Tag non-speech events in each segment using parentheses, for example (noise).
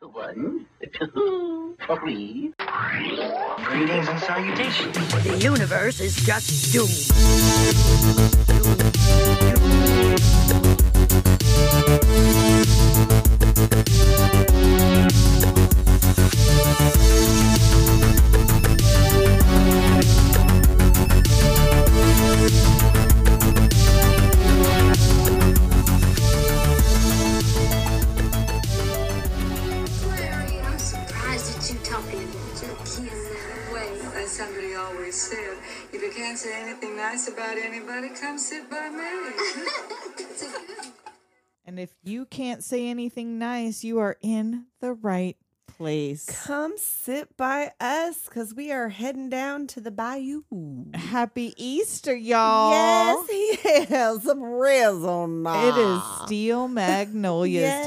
One, two, three. Greetings and salutations. The universe is just doomed. Larry, I'm surprised that you talking to jerky in that way. As somebody always said, if you can't say anything nice about anybody, come sit by me. It's a good And if you can't say anything nice, you are in the right place. Come sit by us because we are heading down to the bayou. Happy Easter, y'all. Yes, he (laughs) has some rizzle. It is Steel Magnolias Yes,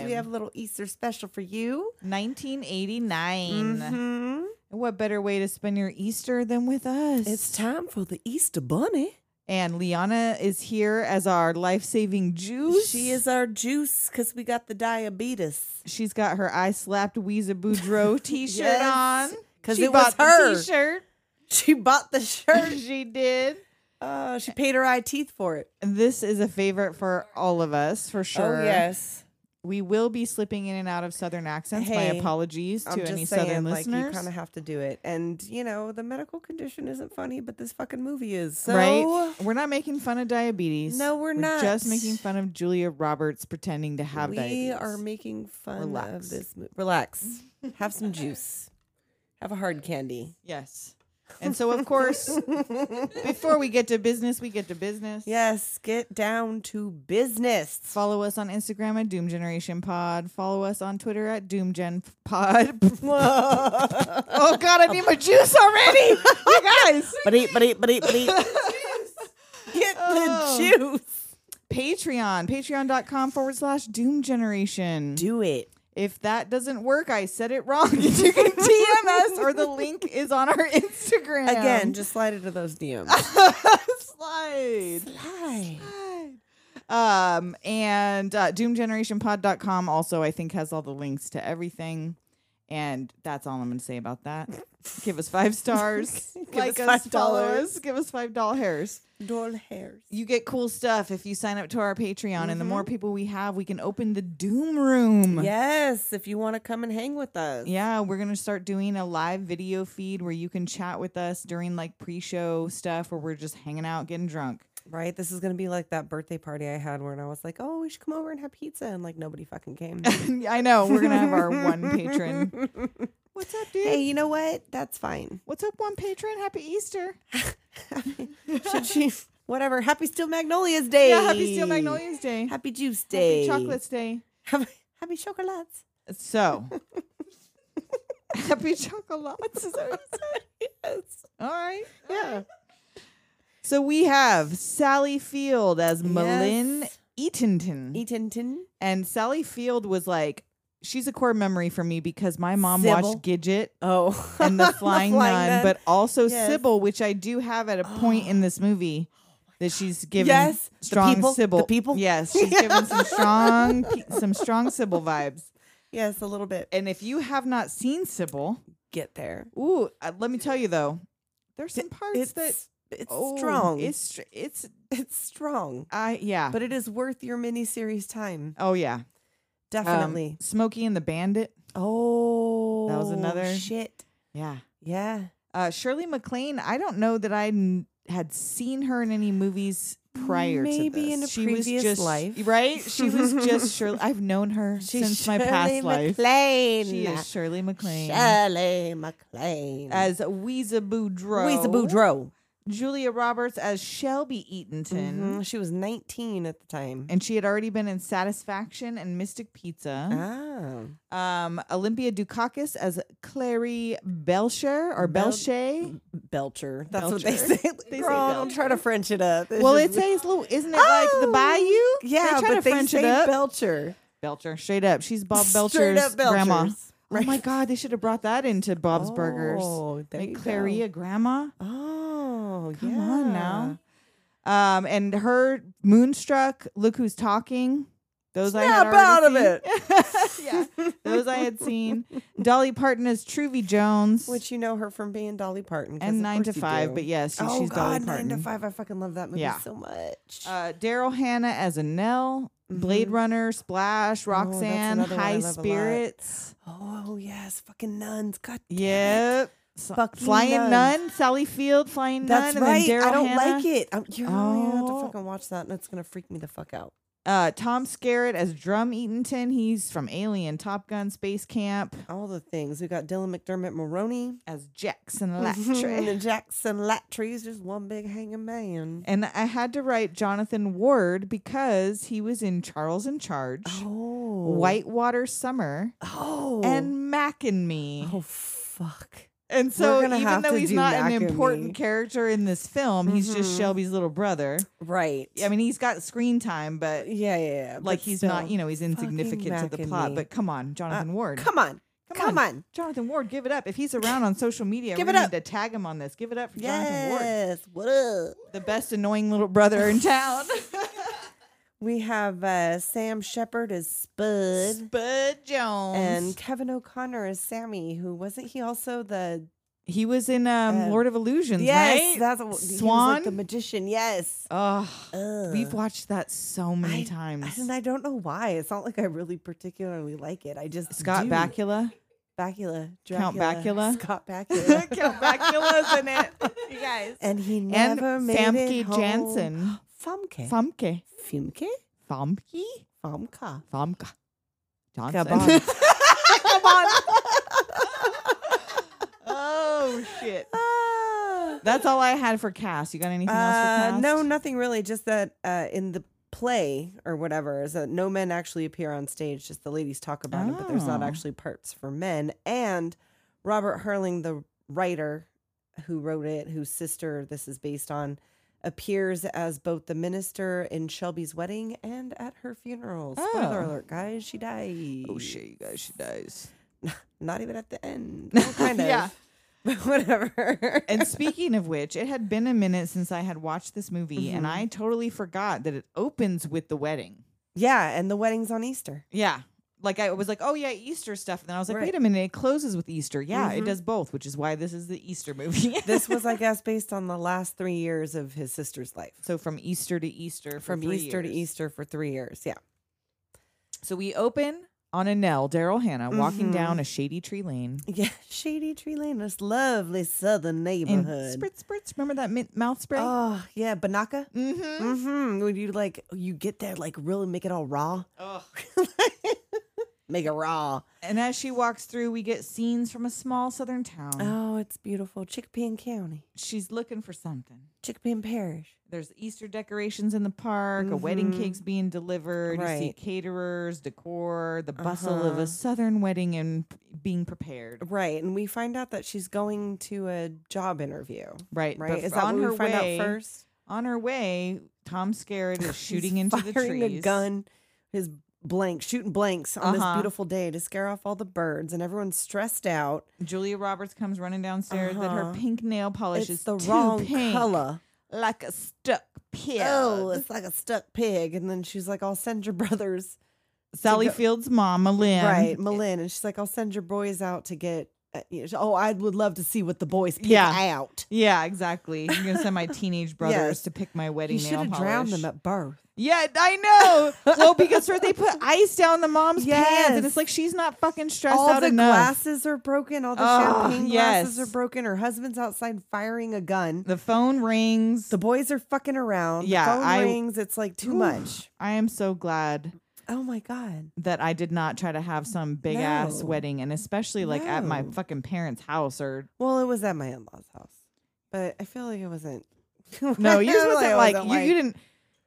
time. we have a little Easter special for you. 1989. Mhm. And What better way to spend your Easter than with us? It's time for the Easter bunny. And Liana is here as our life-saving juice. She is our juice because we got the diabetes. (laughs) She's got her I slapped Weeza Boudreaux T-shirt Yes, on 'cause She it was bought the her. T-shirt. She bought (laughs) the shirt. she did. uh, she paid her eye teeth for it. This is a favorite for all of us, for sure. Oh yes. We will be slipping in and out of Southern accents. My Hey, apologies to I'm any just Southern saying, like you listeners. kind of have to do it, and you know the medical condition isn't funny, but this fucking movie is. So right? We're not making fun of diabetes. No, we're Just not. making fun of Julia Roberts pretending to have we diabetes. are making fun Relax. of this. Mo- (laughs) Relax. Have some juice. Have a hard candy. yes. And so, of (laughs) course, before we get to business, we get to business. Yes, get down to (laughs) business. Follow us on Instagram at Doom Generation Pod. Follow us on Twitter at Doom Gen Pod. (laughs) (laughs) oh God, I need my juice already, (laughs) you guys. But eat, but eat, but eat, but (laughs) eat. Get Oh. the juice. Patreon, patreon.com forward slash Doom Generation. Do it. If that doesn't work, I said it wrong. (laughs) You can DM us, or the link is on our Instagram. Again, just slide into those DMs. (laughs) slide. Hi. Um, and uh, doomgenerationpod.com also, I think, has all the links to everything. And that's all I'm going to say about that. Give us five (laughs) stars. Give like us us, five follow dollars. us. Give us five dollar hairs. Doll hairs. You get cool stuff if you sign up to our Patreon. And the Mm-hmm. more people we have, we can open the Doom Room. Yes, if you want to come and hang with us. Yeah, we're going to start doing a live video feed where you can chat with us during like pre show stuff where we're just hanging out, getting drunk. Right? This is going to be like that birthday party I had where I was like, oh, we should come over and have pizza. And like nobody fucking (laughs) came. (laughs) I know. We're going to have our (laughs) one patron. What's up, dude? hey, you know what? That's fine. What's up, one patron? Happy Easter. Should (laughs) she? Whatever. Happy Steel Magnolias Day. Yeah, happy Steel Magnolias Day. Happy Juice Happy Day. Chocolates Day. Happy, happy chocolates. So, (laughs) happy (laughs) chocolates. Is that what you said? Yes. All right. Yeah. So we have Sally Field as Malin Yes. Eatonton. Eatinton. and Sally Field was like, she's a core memory for me because my mom watched Sybil. (laughs) Gidget Oh. and the Flying, Nun, but also Yes. Oh Sybil, which I do have at a point in (gasps) this movie that she's given Yes, the strong people, the Sybil. people. (laughs) yes, she's given some strong, pe- some strong Sybil vibes. yes, a little bit. And if you have not seen Sybil, Get there. ooh, uh, let me tell you though, there's some parts It's that it's oh, strong. It's str- it's it's strong. I yeah, But it is worth your miniseries time. oh yeah, Definitely. Um, Smokey and the Bandit, oh. another- shit. yeah. Yeah. Uh, Shirley MacLaine, I don't know that I n- had seen her in any movies prior to this. Maybe in a she was previous just, life. right? She (laughs) was just Shirley. I've known her since my past life. McLean. She is Shirley MacLaine Shirley MacLaine. as Weeza Boudreaux. Louisa Boudreau. Julia Roberts as Shelby Eatonton, Mhm. She was 19 at the time. and she had already been in Satisfaction and Mystic Pizza. ah. Um, Olympia Dukakis as Clary Belcher or Bel- Belcher. Belcher. That's what they Belcher. say. They say Girl, don't try to French it up. It's Well, it just- says, "Little, isn't it like the Oh, Bayou?" Yeah, they try but to they French say it up. Belcher. Belcher, straight up. She's Bob Straight Belcher's up grandma. Belchers. Oh my God, they should have brought that into Bob's Burgers. Oh, there Make you Clary go. a grandma. Oh, Come yeah. on now. Um, and her Moonstruck, Look Who's Talking. Those I had Snap out of already seen. yeah, (laughs) those I had bed scene. Dolly Parton is Truvy Jones. Which you know her from being Dolly Parton. 'cause and of nine course to you five, do. but yes, she- oh she's God, Dolly nine Parton. to five. I fucking love that movie Yeah. so much. Uh, Daryl Hannah as Annelle, Blade Mhm. Runner, Splash, Oh, that's Roxanne, another one I High love a lot. Spirits. oh yes, fucking nuns. God damn it. Yep. S- Fucking Flying nuns. Nun, Sally Field, Flying That's Nun, right. and then Daryl I don't Hannah. like it. I'm, you're gonna have Oh. to fucking watch that, and it's gonna freak me the fuck out. Uh, Tom Skerritt as Drum Eatonton. He's from Alien, Top Gun, Space Camp. All the things we got: Dylan McDermott, Maroney, As Jackson Mhm, Electric. and Jackson Latry is just one big hanging man. and I had to write Jonathan Ward because he was in Charles in Charge, Oh, Whitewater Summer, Oh, and Mac and Me. oh fuck. And so, gonna even have though to he's do not an Mac and important Me. character in this film, he's just Mhm. Shelby's little brother. Right. I mean, he's got screen time, but yeah, yeah. yeah, like but he's still. not, you know, he's insignificant Mac to the and plot. Me. Uh, But come on, Jonathan Ward. Come on. Come, on. Jonathan Ward, give it up. If he's around on social media, Give we it need up. to tag him on this. Give it up for Jonathan Ward, Yes. What up? the best annoying little brother (laughs) in town. We have uh, Sam Shepard as Spud Spud Jones, and Kevin O'Connor as Sammy, who wasn't he also the he was in um, Uh, Lord of Illusions, right? that's what, He was like Swan. the magician. Yes. Ugh, Ugh. we've watched that so many I- times. and I don't know why. It's not like I really particularly like it. I just Scott do. Bakula. Bakula, Count Dracula, Bakula? (laughs) Scott Bakula, Count Bakula's in it. (laughs) You guys. and he And never made it Famke home. (gasps) Janssen. Famke, Famke. Famke, Famke? Famka. Famke. Johnson. Gabon. (laughs) oh, shit. Ah. That's all I had for cast. You got anything else for Uh, cast? No, nothing really. Just that uh, in the play or whatever, is that no men actually appear on stage. Just the ladies talk about it, but there's not Oh. actually parts for men. And Robert Hurling, the writer who wrote it, whose sister this is based on, appears as both the minister in Shelby's wedding and at her funeral. Spoiler Oh. alert, guys, she died. Oh, shit, you guys. She dies. Not even at the (laughs) end. Well, kind of. Yeah. (laughs) But whatever. (laughs) And speaking of which, it had been a minute since I had watched this movie, and Mm-hmm. I totally forgot that it opens with the wedding. yeah, and the wedding's on Easter. Yeah. Like I was like, oh yeah, Easter stuff. And then I was like, Right. Mm-hmm. wait a minute, it closes with Easter. Yeah, it does both, which is why this is the Easter movie. (laughs) this was, (laughs) I guess, based on the last three years of his sister's life. so from Easter to Easter, for From three Easter to years. Easter for three years. Yeah. So we open on Annelle, Daryl Hannah, walking Mhm. down a shady tree lane. Yeah. Shady Tree Lane, this lovely southern And neighborhood. spritz, spritz. Remember that mint mouth spray? Oh, yeah. Banaka. mm-hmm. Mm-hmm. When you like, you get there, like, really make it all raw. (laughs) make it raw. And as she walks through, we get scenes from a small southern town. Oh, it's beautiful. Chickpea County, She's looking for something. Chickpea Parish. There's Easter decorations in the park, a wedding Mhm. cake's being delivered. You see Right. caterers, decor, the bustle of Uh-huh. a southern wedding and p- being prepared. Right. And we find out that she's going to a job interview. Right, Right. but Is f- that on what we her find way- out first? On her way, Tom Skerritt is (laughs) He's shooting into the firing trees. a gun, his blank shooting blanks on Uh-huh. this beautiful day to scare off all the birds, and everyone's stressed out. Julia Roberts comes running downstairs that her Uh-huh. pink nail polish it's is the too wrong pink, color. like a stuck pig. Oh, it's like a stuck pig. And then she's like, "I'll send your (laughs) brothers." Sally go- Field's mom, Lynn. right, Malin, and she's like, "I'll send your boys out to get." Uh, you know, oh, I would love to see what the boys pick Yeah. out. Yeah, exactly. I'm gonna send my (laughs) teenage brothers Yes. to pick my wedding You nail should have polish. drowned them at birth. Yeah, I know. (laughs) well, because her, they put ice down the mom's pants, and Yes. it's like she's not fucking stressed All out the enough. glasses are broken. All the Oh, champagne glasses yes. are broken. Her husband's outside firing a gun. the phone rings. The boys are fucking around. Yeah, the phone I- rings. It's like too much. I am so glad Oh my god. that I did not try to have some big ass No. wedding, and especially like at my No. fucking parents' house or Well, it was at my in law's house, but I feel like it wasn't. (laughs) no, I yours feel wasn't it like, you, you didn't.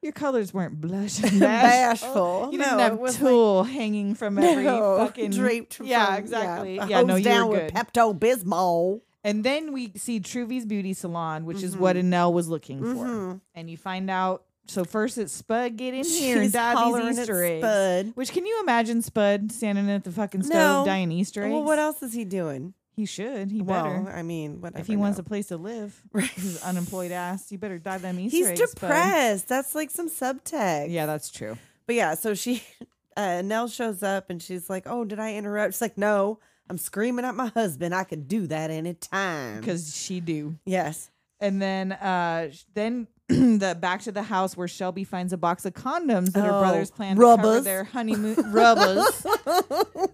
Your colors weren't blush (laughs) and bashful. You no, didn't it have was tulle hanging from (laughs) every no, fucking draped. Yeah, from- exactly. Yeah, Yeah, no, hosed you were down good. with Pepto Bismol. And then we see Truvy's Beauty Salon, which is Mm-hmm. what Annelle was looking for. Mhm. And you find out. So first it's Spud get in here and She's die hollering these at Easter eggs. Spud. Which can you imagine Spud standing at the fucking stove No. dying Easter eggs? Well, what else is he doing? He should. He Well, better. I mean, whatever. If he wants a no. place to (laughs) live, his unemployed ass, you better die them Easter he's eggs. Spud. depressed. That's like some subtext. Yeah, that's true. But yeah, so she (laughs) uh, Nell shows up and she's like, "Oh, did I interrupt?" She's like, "No, I'm screaming at my husband. I could do that any time." because she do. yes, And then, uh, sh- then (clears throat) the back to the house where Shelby finds a box of condoms that her Oh, brothers plan to cover rubbers. their honeymoon (laughs) rubbers.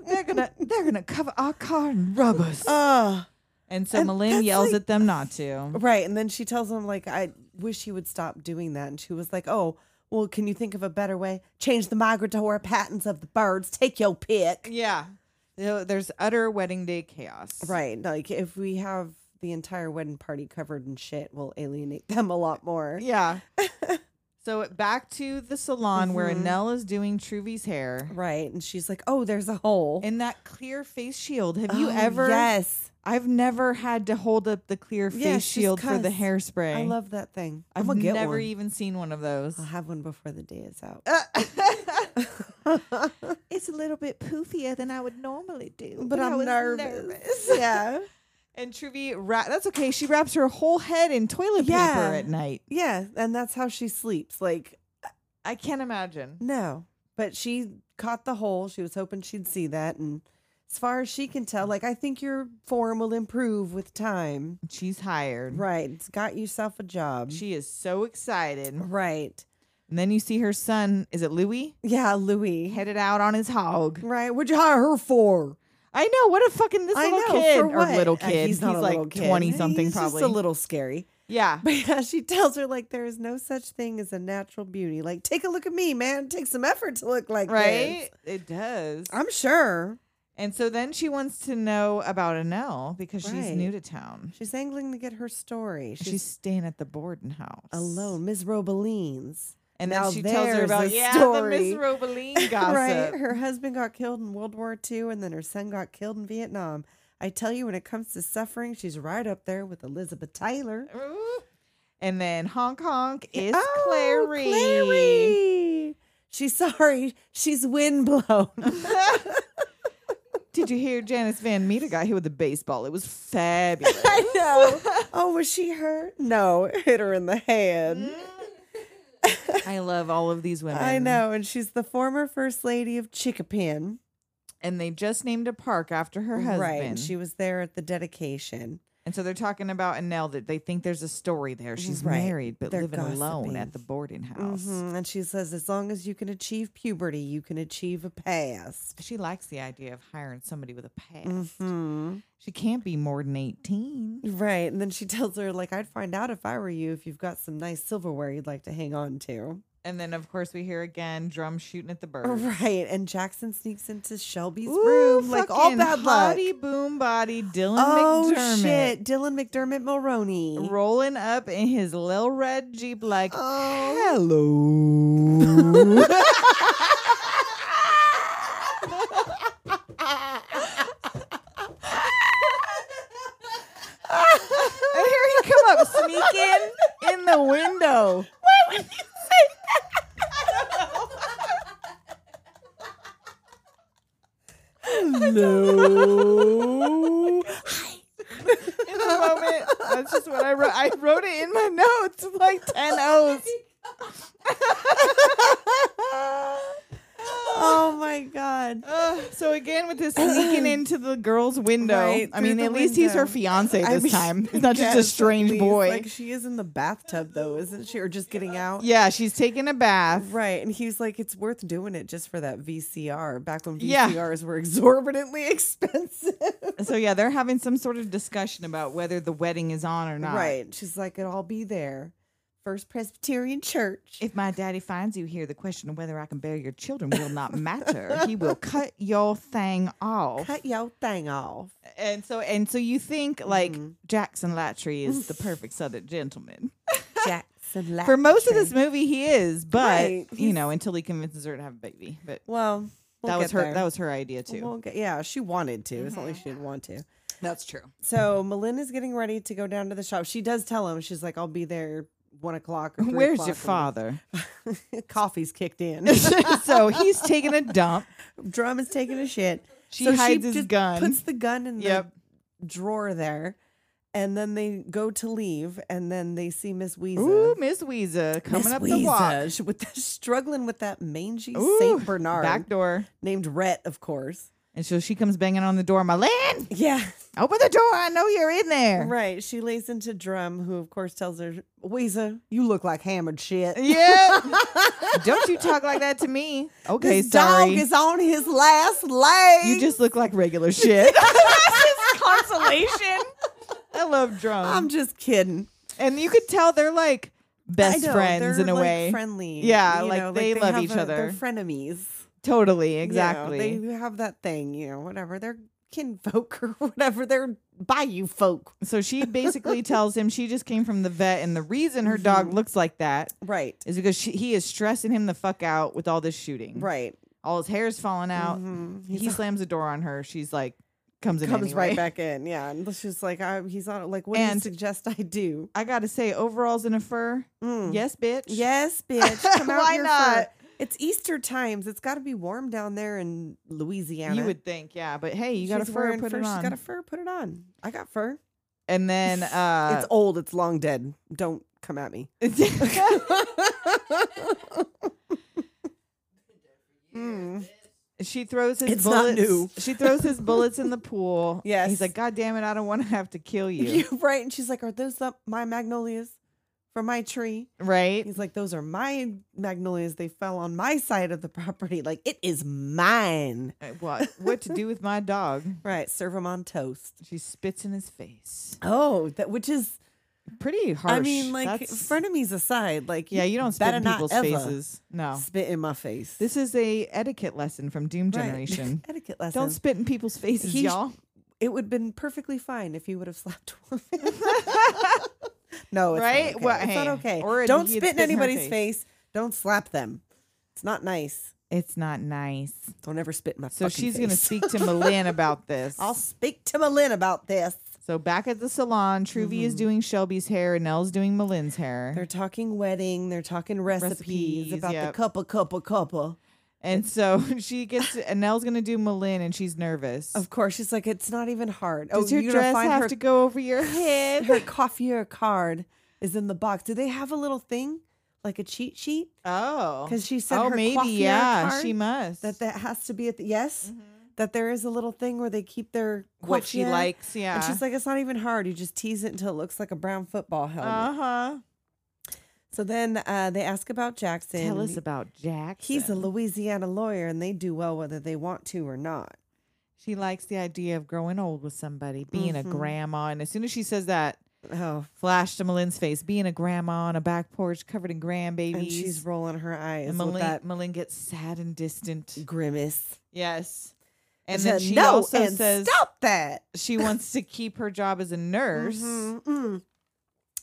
they're gonna they're gonna cover our car in rubbers. oh, and so and Malin that's yells like- at them not to. right. And then she tells him like, "I wish he would stop doing that." And she was like, "Oh, well, can you think of a better way? Change the migratory patterns of the birds. Take your pick." Yeah, You know, there's utter wedding day chaos. Right. Like if we have the entire wedding party covered in shit, we'll alienate them a lot more. (laughs) Yeah. so back to the salon where Mhm. Annelle is doing Truvy's hair. Right. And she's like, "Oh, there's a hole." And that clear face shield. Have you Oh, ever? Yes. I've never had to hold up the clear face Yeah, she's shield for the cussed. hairspray. I love that thing. I'm I've gonna get never Uh, one. Uh-huh. even seen one of those. I'll have one before the day is out. it's a little bit poofier than I would normally do, but I'm nervous. (laughs) (laughs) Yeah. And Truvy, ra- that's okay. She wraps her whole head in toilet Yeah. paper at night. Yeah. And that's how she sleeps. Like, I can't imagine. no. But she caught the hole. She was hoping she'd see that. And as far as she can tell, like, I think your form will improve with time. She's hired. Right. It's got yourself a job. Mm-hmm. She is so excited. right. And then you see her son. Is it Louis? Yeah, Louis. Headed out on his hog. Right. What'd you hire her for? I know what a fucking this I little know. kid for or what? little Uh, kid. he's not a like little kid. twenty something He's probably. Just a little scary. (laughs) yeah. But yeah, she tells her like there is no such thing as a natural beauty. Like, take a look at me, man. Take some effort to look like this. Right? It does. I'm sure and so then she wants to know about Annelle because she's Right. new to town. she's angling to get her story. She's, She's, staying at the Borden house alone, Ms. Robelines. And then Now she tells her there's about a yeah, the Miss story. (laughs) Robeline gossip. Right, her husband got killed in World War II, and then her son got killed in Vietnam. I tell you, when it comes to suffering, she's right up there with Elizabeth Taylor. Ooh. And then honk honk is Oh, Clary. Clary. She's sorry. (laughs) She's windblown. Did you hear Janice Van Meter got hit with a baseball? It was (laughs) fabulous. I know. Oh, was she hurt? No, it hit her in the Mm. head. I love all of these women. I know. And she's the former first lady of Chickapin. And they just named a park after her husband. Right. and She was there at the dedication. And so they're talking about Annelle that they think there's a story there. She's Right. married, but They're living alone at gossiping. the boarding house. Mhm, And she says, as long as you can achieve puberty, you can achieve a past. She likes the idea of hiring somebody with a past. hmm She can't be more than 18. Right. And then she tells her, like, I'd find out if I were you if you've got some nice silverware you'd like to hang on to. And then, of course, we hear again drum shooting at the bird. Oh, (laughs) Right. And Jackson sneaks into Shelby's room, like, all fucking bad luck. hottie boom body Dylan Oh, McDermott. shit. Dylan McDermott Mulroney. Rolling up in his little red Jeep, like, Oh. hello. And here he come up sneaking in the window. Hello. In the moment, that's just what I wrote. I wrote it in my notes, like ten O's. (laughs) oh my god. Uh, so again, with this (clears throat) sneaking into the girl's window. Right, I mean, through at the least he's her window. fiance I this mean, time. (laughs) I He's not just a guess at strange least, boy. Like she is in the bathtub though, isn't she? Or just getting out. yeah, she's taking a bath. Right. And he's like, it's worth doing it just for that VCR back when VCRs Yeah. were (laughs) exorbitantly expensive. So yeah, they're having some sort of discussion about whether the wedding is on or not. Right. She's like, it'll all be there. First Presbyterian Church. If my daddy finds you here, the question of whether I can bear your children will not matter. he (laughs) will cut your thing off. Cut Mm-hmm. your thing off. And so and so you think like Jackson Latry is (laughs) the perfect southern gentleman. Jackson For most of Latchery. this movie he is, but Right, you he's- know, until he convinces her to have a baby. But Well, we'll that was get her there. that was her idea too. Mm-hmm. We'll get- yeah, she wanted to. It's not like she didn't want to. That's (laughs) true. So Malin is getting ready to go down to the shop. She does tell him, she's like, I'll be there one o'clock or three Where's o'clock your father? (laughs) Coffee's (laughs) kicked in. (laughs) so he's taking a dump. Drum is taking a shit. She hides his gun. Puts the gun in Yep. the drawer there. and then they go to leave, and then they see Miss Weezer. Ooh, Miss Weezer coming Miss up the walk. Weezer, (laughs) with the, struggling with that mangy Ooh, Saint Bernard Back door. named Rhett, of course. And so she comes banging on the door. Milan, Yeah, open the door. I know you're in there. (laughs) right. She lays into Drum, who of course tells her, "Weezer, you look like hammered shit." (laughs) Yeah. Don't you talk like that to me. Okay, This sorry. dog is on his last leg. you (laughs) just look like regular shit. consolation. I love drums. I'm just kidding. and you could tell they're like best I know, friends they're, in a like, way. Friendly. Yeah, you like, know, they love have each a- They're other. frenemies. Totally, you know, exactly. they have that thing, you know, whatever. They're kinfolk (laughs) or whatever. They're bayou folk. so she (laughs) basically tells him she just came from the vet, and the reason her Mm-hmm. dog looks like that Right. is because she, he is stressing him the fuck out with all this shooting. Right. All his hair's falling out. Mhm. He's He slams the door on her. She's like, comes in. comes anyway. right back in. Yeah. And it's just like, I, he's on, like, what do you And- suggest I do? (laughs) I gotta say, overalls and a fur. Mm. Yes, bitch. (laughs) Yes, bitch. Come out Why here for- not? It's Easter times. It's got to be warm down there in Louisiana. You would think, yeah, but hey, you got a She's fur, wearing put fur. it She's on. got a fur. Put it on. I got fur. and then uh (laughs) it's old. It's long dead. Don't come at me. uh, Mm. (laughs) she throws his It's not bullets. new. She throws (laughs) his bullets in the pool. Yes. He's like, God damn it, I don't want to have to kill (laughs) you. You're right. And she's like, "Are those the, my magnolias from my tree?" Right? He's like, "Those are my magnolias. They fell on my side of the (laughs) property. Like it is mine." Uh, What what to do with my dog? Right. Serve them on toast. She spits in his face. Oh, that which is. Pretty harsh. I mean, like That's- frenemies aside, like Yeah, you don't spit better in not people's ever faces. No. Spit in my face. This is a etiquette lesson from Doom Right. (laughs) Generation. etiquette lesson. Don't spit in people's faces, He sh- y'all. it would have been perfectly fine if you would have slapped a (laughs) woman. no, it's Right? Not okay. Well, it's not hey, okay. or Don't you'd spit in spit in her anybody's face. Don't slap them. It's not nice. It's not nice. Don't ever spit in my. So fucking she's going to face. speak to Milan about this. (laughs) I'll speak to Malin about this. So back at the salon, Truvy is doing Shelby's hair and Elle's doing Malin's hair. Mm-hmm. They're talking wedding. They're talking recipes, Recipes, about yep. the cuppa, cuppa, cuppa. and so (laughs) she gets and Nell's gonna do Malin and she's nervous. Of course, she's like, it's not even hard. Does oh, your you're dress gonna find have (laughs) her, to go over your head? Her coffee or card is in the box. Do they have a little thing like a cheat sheet? oh, 'Cause she said oh her maybe coiffure yeah, card she must that that has to be at the yes that there is a little thing where they keep their Mm-hmm. what she coiffure, likes. Yeah, and she's like it's not even hard you just tease it until it looks like a brown football helmet uh Uh-huh. huh. so then uh, they ask about jackson Tell and us he- about Jack. he's a louisiana lawyer and they do well whether they want to or not She likes the idea of growing old with somebody, being a Mhm. grandma, and as soon as she says that. oh Flash to Malin's face, being a grandma on a back porch covered in grandbabies. and she's rolling her eyes and with Malin, that Malin gets sad and distant. grimace Yes. And She then said, she no also and says stop that she wants to keep her job as a nurse. Mhm, mm.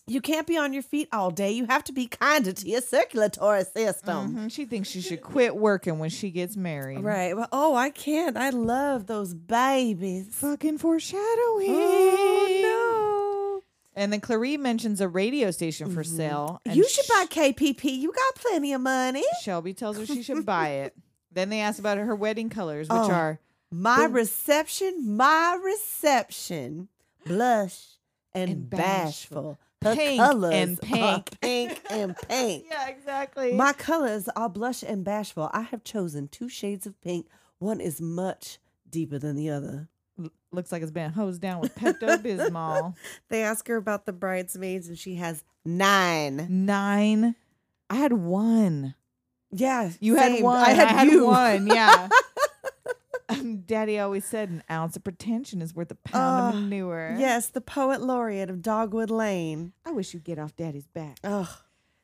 you can't be on your feet all day you have to be kinder to your circulatory system Mhm, She thinks she should quit working when she gets married. Right. Well, oh, I can't. I love those babies. Mm, Fucking foreshadowing. Oh no. And then Clarie mentions a radio station for sale. no. and Mm-hmm. You should sh- buy KPP. You got plenty of money. Shelby tells her she should (laughs) buy it. Then they ask about her wedding colors, which Oh. are My Boom. reception, my reception. Blush and, And bashful. bashful. Her Pink colors and are pink. (laughs) pink and pink. (laughs) yeah, exactly. My colors are blush and bashful. I have chosen two shades of pink. One is much deeper than the other. Looks like it's been hosed down with (laughs) Pepto Bismol. They ask her about the bridesmaids, and she has nine. Nine. I had one. Yeah, You same. had one. I had, you. (laughs) one. Yeah. Um, Daddy always said an ounce of pretension is worth a pound Ah, of manure. Yes, the poet laureate of Dogwood Lane. I wish you'd get off Daddy's back. Ugh.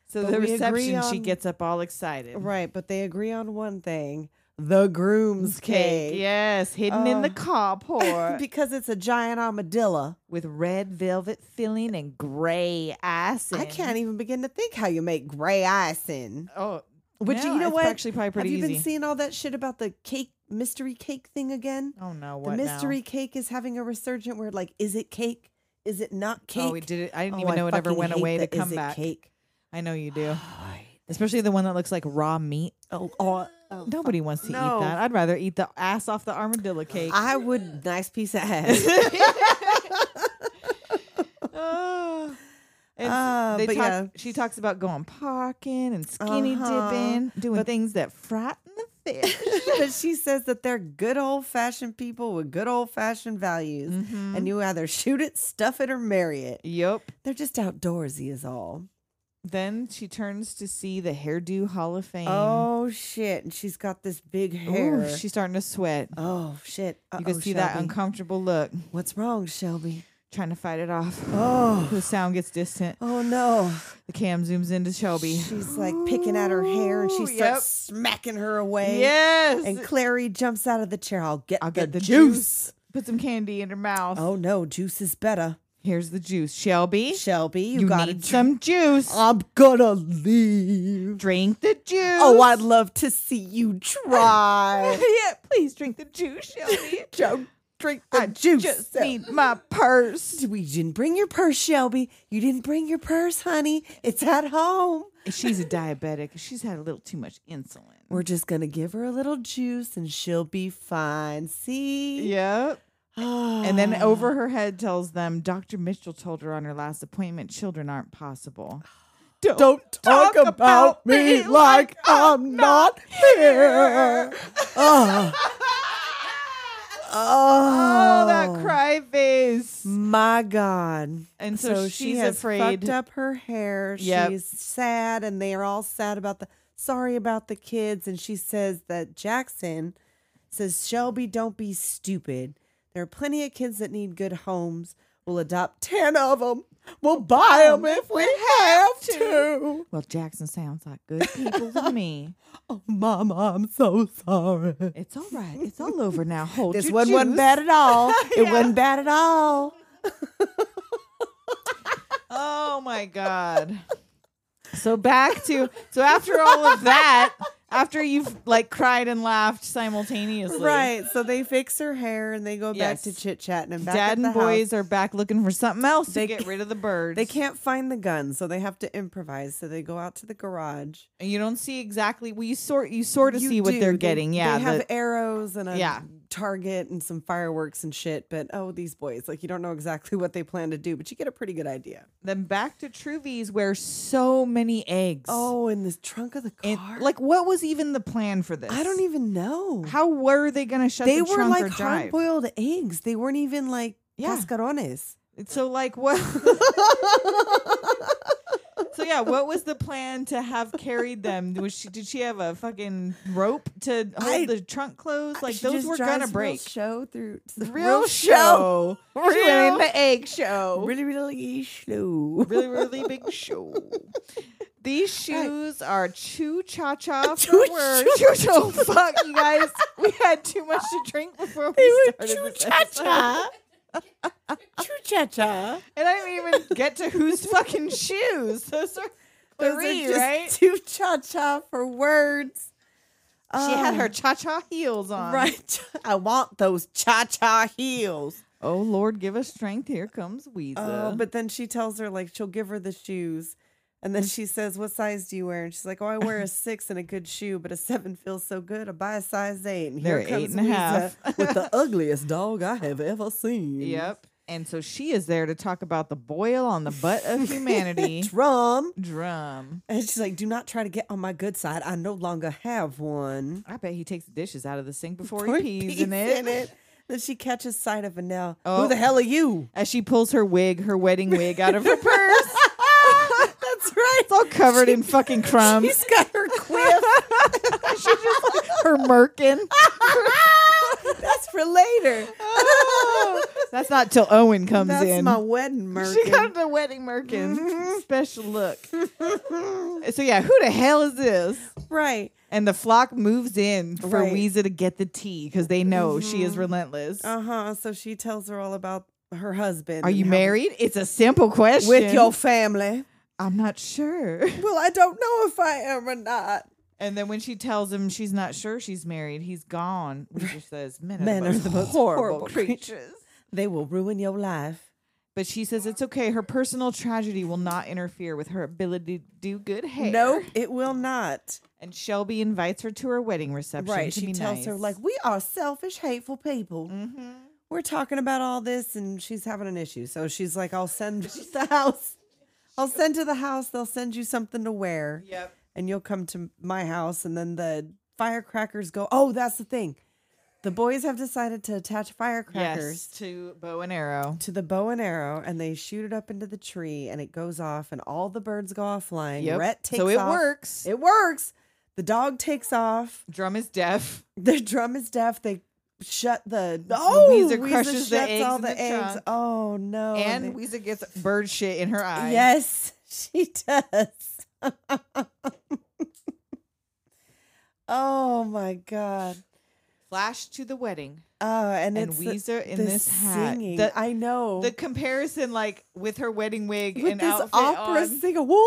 So But the we agree reception, she on- gets up all excited. Right, but they agree on one thing: the groom's cake. Yes, hidden in the Oh. carport (laughs) because it's a giant armadillo. with red velvet filling and gray icing. I can't even begin to think how you make gray icing. e-, Oh, Which no, you know it's what? Actually, probably pretty Have you easy. been seeing all that shit about the cake mystery cake thing again? oh no, the what now? mystery cake is having a resurgent. Where like, is it cake? Is it not cake? Oh, we did it. I didn't Oh, even know it ever fucking went hate away to the is come it back. Cake. I know you (sighs) do, especially the one that looks like raw meat. Oh, oh, oh, Nobody wants to No. Ah. eat that. I'd rather eat the ass off (sighs) the armadillo cake. (laughs) I would nice piece of ass. (sighs) It's- Uh, they but talk, yeah. She talks about going parking and skinny Uh-huh. dipping, doing things that frighten the fish. (laughs) but she says that they're good old fashioned people with good old fashioned values. Mm-hmm. And you either shoot it, stuff it, or marry it. yep. They're just outdoorsy, is all. Then she turns to see the hairdo hall of fame. Oh, shit. And she's got this big Ooh, hair. she's starting to sweat. oh, shit. Uh-oh, you can see that Shelby. uncomfortable look, What's wrong, Shelby? trying to fight it off. (laughs) Oh, The sound gets distant. oh no. The cam zooms into Shelby. She's like picking at her hair and she Ooh, starts yep. smacking her away. Yes. And Clary jumps out of the chair. I'll get, I'll the, get the juice. juice. Put some candy in her mouth. Oh no, juice is better. Here's the juice. Shelby, Shelby, you, you, gotta need dr- Oh. some juice. I'm gonna leave. drink the juice. (laughs) Oh, I'd love to see you try. (laughs) yeah, please drink the juice, Shelby. Joe, drink (laughs) the I juice. just need my (laughs) purse. we didn't bring your purse, Shelby. You didn't bring your purse, honey. It's at home. She's a diabetic. She's had a little too much insulin. We're just gonna give her a little juice and she'll be fine. See? Yep. (sighs) Yeah. And then over her head tells them Dr. Mitchell told her on her last appointment children aren't possible. Don't, talk about me like I'm not here. Oh. Oh, (laughs) Oh, that cry face. My God. And so she she's has afraid- fucked up her hair. Yep. She's sad, and they are all sad about the sorry about the kids. And she says that Jackson says, Shelby, don't be stupid. There are plenty of kids that need good homes. We'll adopt 10 of them. We'll buy them if we have to. Well, Jackson sounds like good people to (laughs) me. Oh, Mama, I'm so sorry. It's all right. It's all over now. Hold This your one wasn't juice. bad at (laughs) all. It wasn't bad at all. Oh (laughs) my god. So back to so after all of that, after you've like cried and laughed simultaneously. Right. So they fix her hair and they go back to Yes. chit chatting and back at Dad the and boys house. are back looking for something else They to get ca- rid of the birds. They can't find the gun, so they have to improvise. So they go out to the garage. And you don't see exactly. Well, you sort you sort of You see what do. they're They- getting. Yeah, They have the- arrows and a Yeah. target and some fireworks and shit. But oh, these boys, like you don't know exactly what they plan to do, but you get a pretty good idea. then back to Truvies where so many eggs. Oh, in the trunk of the And, car. like what was even the plan for this? I don't even know. How were they going to shut they the were trunk like or drive? hard boiled eggs. They weren't even like Yeah. cascarones. So like what? so yeah, what was the plan to have carried them? Was she did she have a fucking rope to hold I- the trunk closed? Like She those just were gonna drives Real break. show through Real Real She went in (laughs) the egg show. Really, really slow. really, really big show. (laughs) These shoes are choo cha (laughs) cha for Choo- work. choo- Choo- choo- fuck, you guys. We had too much to drink before we started this episode. (laughs) Choo cha cha. and I didn't even get to whose fucking shoes. Those are three, right? (laughs) Two cha cha for words. She had her Oh, cha cha heels on. right. (laughs) I want those cha cha heels. Oh Lord, give us strength. Here comes Weeza. Oh, but then she tells her like she'll give her the shoes, and then she says, "What size do you wear?" And she's like, "Oh, (laughs) I wear a six and a good shoe, but a seven feels so good. I buy a size eight, and They're here comes eight and a Weeza half. (laughs) with the ugliest dog I have ever seen. yep. And so she is there to talk about the boil on the butt of humanity drum." drum. And she's like, "Do not try to get on my good side. I no longer have one." I bet he takes the dishes out of the sink before Pour he pees in it. Then she catches sight of Vanel. Who Oh. the hell are you? As she pulls her wig, her wedding wig, out of her purse. That's (laughs) right. It's all covered in fucking crumbs. She's got her (laughs) quiff. Her merkin. That's for later. That's not till Owen comes That's in. my wedding merkin. She got the wedding merkin. Special (laughs) look. so yeah, who the hell is this? right. And the flock moves in for Right. Weeza to get the tea because they know she is relentless. Uh huh. So she tells her all about her husband. Are and you how- married? It's a simple question. With your family. I'm not (laughs) sure. Well, I don't know if I am or not. And then when she tells him she's not sure she's married, he's gone. Weeza says, "Men are, Men the, most horrible, creatures." They will ruin your life. But she says it's okay. Her personal tragedy will not interfere with her ability to do good hair. Nope, it will not. And Shelby invites her to her wedding reception. Right. to She be tells her, nice. like, we are selfish, hateful people. (laughs) We're talking about all this, and she's having an issue. So she's like, I'll send the house. I'll send to the house. They'll send you something to wear, Yep. and you'll come to my house. And then the firecrackers go. Oh, that's the thing. The boys have decided to attach Yes. firecrackers To bow and arrow. to the bow and arrow, and they shoot it up into the tree, and it goes off, and all the birds go off flying. Yep. Rhett takes so it off. works. It works. The dog takes off. (laughs) Drum is deaf. The drum is deaf. They shut the oh, Oh, Weezer crushes the shuts eggs all in the, the eggs. trunk. Oh no! and they- Weezer gets bird shit in her eye. Yes, (laughs) she does. (laughs) oh my god! Flash to the wedding. Oh, and, And it's the- Weezer in the this hat. singing. The- I know The comparison, like with her wedding wig with and this outfit opera on. singer. Woo!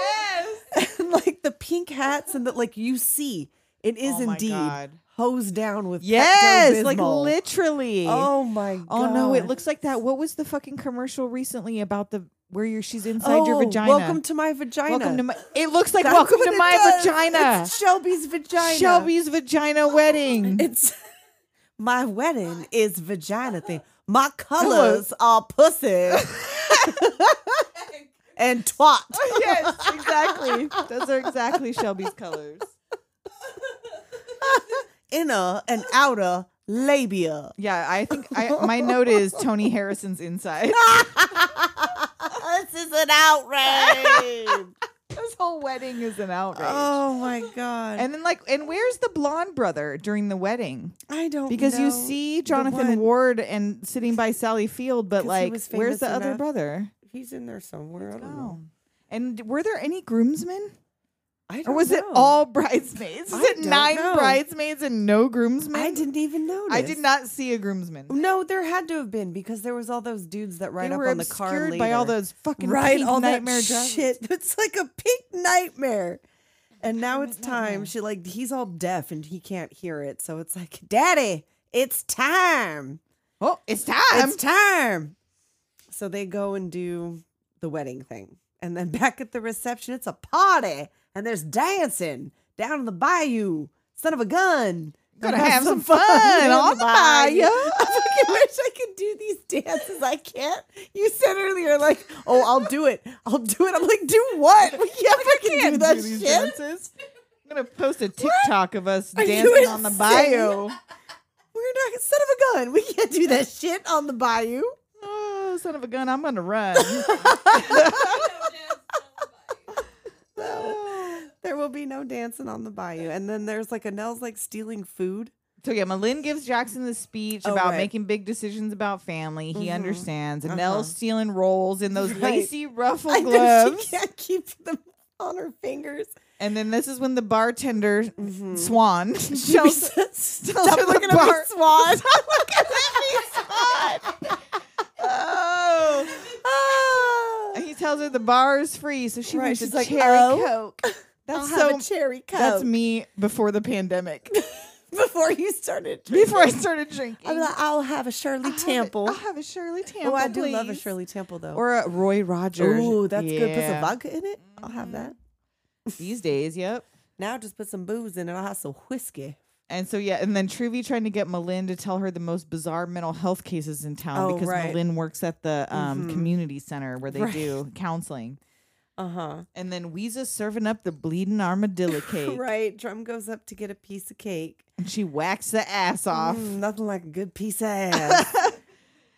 Yes. (laughs) and like the pink hats and that like you see it is Oh my indeed God. hosed down with Yes, like Pepto-Bismol. literally. oh my god Oh, no, it looks like that. What was the fucking commercial recently about the where you're she's inside your Oh, vagina? welcome to my vagina Welcome to my. It looks like That's welcome what to it my does. vagina. It's Shelby's vagina Shelby's vagina (laughs) wedding. it's my wedding is vagina thing my colors are (laughs) pussy and twat yes, exactly. Those are (laughs) exactly Shelby's colors. inner and outer labia Yeah, I think I, my note is Tony Harrison's inside. (laughs) this is an outrage (laughs) this whole wedding is an outrage. oh my god And then like, and where's the blonde brother during the wedding? I don't Because you know see the Jonathan one- Ward and sitting by Sally Field, but 'Cause he like, was where's the famous other enough. brother? He's in there somewhere. I don't Oh. know. And were there any groomsmen? I Or don't was it know. all bridesmaids? Is I it don't nine know. bridesmaids and no groomsmen? I didn't even notice. I did not see a groomsman. No, there had to have been because there was all those dudes that ride they up were on the car obscured later. by all those fucking right, pink all nightmare that dresses. shit. (laughs) It's like a pink nightmare. And now it's time. She like he's all deaf and he can't hear it, so it's like, Daddy, it's time. Oh, it's time. It's time. So they go and do the wedding thing. And then (laughs) back at the reception, it's a party and there's dancing down in the bayou. Son of a gun. Gonna have some fun down on the bayou. (laughs) I fucking wish I could do these dances. I can't. You said earlier, like, oh, I'll do it. I'll do it. I'm like, do what? We can't fucking do that do these shit. dances. I'm gonna post a TikTok of us Are you dancing on the insane? bio. We're not, son of a gun. We can't do that shit on the bayou. Oh, son of a gun! I'm gonna (laughs) run. (gasps) There will be no dancing on the bayou. And then there's like Anel's like stealing food. so yeah, Malin gives Jackson the speech Oh, about right. making big decisions about family. He understands. And Uh-huh. Nell's stealing rolls in those Right. lacy ruffle (laughs) I know gloves. she can't keep them on her (laughs) fingers. And then this is when the bartender Mm-hmm. (laughs) Swan shows Stop to the looking at me, bar. (laughs) Swan. (laughs) Oh. And he tells her the bar is free, so she Oh. Right, wants she's a like, cherry "Oh, coke. That's I'll so have a cherry coke. That's me before the (laughs) pandemic. (laughs) Before you started drinking. Before I started drinking. (laughs) I'm like, I'll have a Shirley Temple. I'll have a Shirley Temple. oh, I do love a please. Shirley Temple though. Or a Roy Rogers. Ooh, that's good. Put some Yeah. vodka in it. I'll have that. These days, yep. Now just put some booze in it. I'll have some whiskey. And so yeah, and then Truvy trying to get Malin to tell her the most bizarre mental health cases in town Oh, because right. Mm-hmm. Malin works at the um, community center where they do counseling. Uh huh. And then Weeza's serving up the bleeding (laughs) armadillo cake. Right. Drum goes up to get a piece of cake. And she whacks the ass off. Mm, nothing like a good piece of ass. (laughs)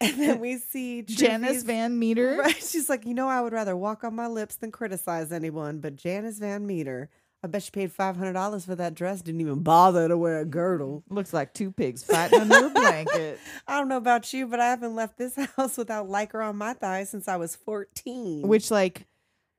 and then we see Janice Truffi's- (laughs) Van Meter. Right. She's like, you know, I would rather walk on my lips than criticize anyone. But Janice Van Meter, I bet she paid five hundred dollars for that dress. Didn't even bother to wear a girdle. (laughs) Looks like two pigs fighting under a (laughs) blanket. I don't know about you, but I haven't left this (laughs) house without lycra on my thigh since I was fourteen. Which, like,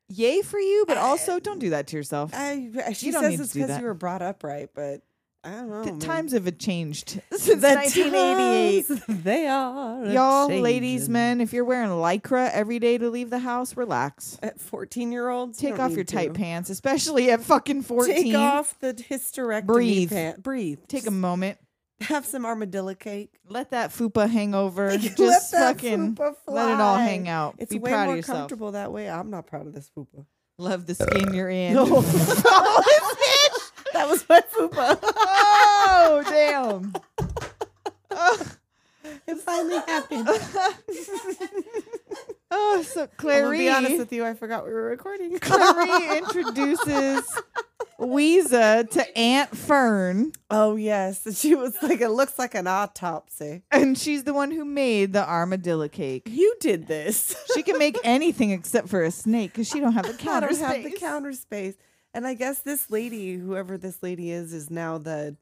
yay for you, but also don't do that to yourself. I, I- she You don't need says to it's do because that. you were brought up right, but I don't know. the man. times have (laughs) changed since The 1988. times, (laughs) they are Y'all, ladies, a-changing. men, if you're wearing lycra every day to leave the house, relax. At fourteen-year-olds, Take off your tight pants, pants. especially at fucking 14. Take off the hysterectomy Breathe. pant. Breathe. Take a Just moment. (laughs) have some armadillo cake. Let that fupa hang over. (laughs) (laughs) Let Just that fucking fupa let it all fly. hang out. It's Be way proud more of yourself. comfortable that way. I'm not proud of this (laughs) fupa. Love the skin you're (laughs) in. That was my fupa. oh, damn. It finally happened. Oh, so I'm gonna Clary. be honest with you, I forgot we were (laughs) recording. Clary introduces Weeza to Aunt Fern, (laughs) Oh yes, And she was like, it looks like an autopsy. and she's the one who made the armadillo cake. You did this. She can make anything except for a snake because she (laughs) don't have the I counter don't have the space. counter space. And I guess this lady, whoever this lady is, is now the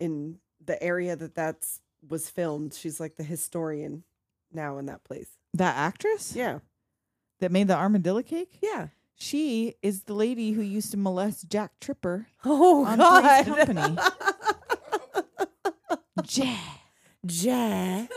in the area that that's was filmed. She's like the historian now in that place. that actress Yeah, that made the armadillo cake, yeah. she is the lady who used to molest Jack Tripper (laughs) Oh (laughs) on Three's Company. Jack. Jack.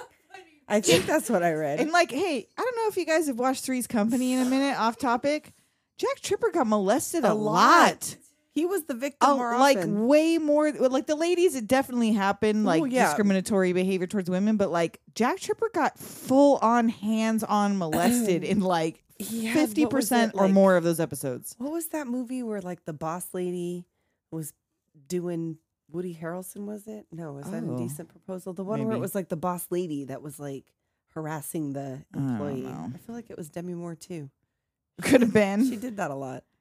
I think that's what I read. And like, hey, I don't know if you guys have watched Three's Company in a minute, off topic. Jack Tripper got molested a, A lot. lot. he was the victim Oh, more like often. way more. Like the ladies, it definitely happened, like yeah. discriminatory behavior towards women. But like Jack Tripper got full on hands on (clears throat) molested in like He had- what was fifty percent it, or like- more of those episodes. What was that movie where like the boss lady was doing Woody Harrelson? Was it? No, was that Oh, Indecent Proposal? The one where it maybe. was like the boss lady that was like harassing the I don't employee. I, know. feel like it was Demi Moore too. Could have She been. did that a lot. (laughs)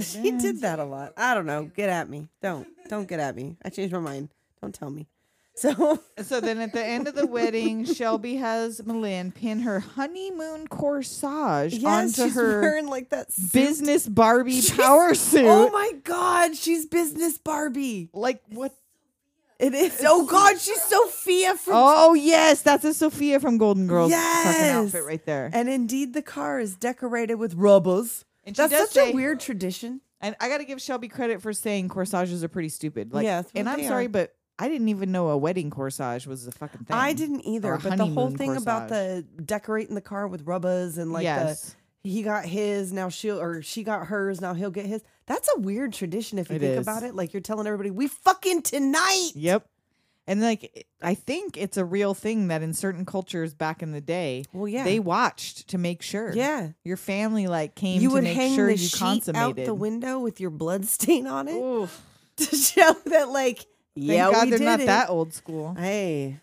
She did that a lot. I don't know. Get at me. Don't don't get at me. I changed my mind. Don't tell me. (laughs) So (laughs) So then at the end of the (laughs) wedding, Shelby has Malin pin her honeymoon corsage yes, onto she's her wearing like that suit. business (laughs) Barbie She's- power suit. Oh my God, she's business Barbie. like what? It is. Oh God, she's Sophia from Oh yes, that's a Sophia from Golden Girls fucking outfit Yes. right there. And indeed, the car is decorated with rubbers. And she That's does such say- a weird tradition. And I got to give Shelby credit for saying corsages are pretty stupid. Like, Yes, well, and I'm they sorry, are. but I didn't even know a wedding corsage was a fucking thing. I didn't Or either, a but the whole honeymoon thing about corsage. the decorating the car with rubbers and like yes, the he got his now she'll or she got hers now he'll get his. That's a weird tradition if you It think is. about it. Like you're telling everybody we fucking tonight. yep. And like, it- I think it's a real thing that in certain cultures back in the day, Well, yeah. they watched to make sure. Yeah, your family like came. you to would make hang sure the you sheet out consummated. the window with your blood stain on it (laughs) Oof. to show that like Thank yeah God we they're did not it. that old school. Hey,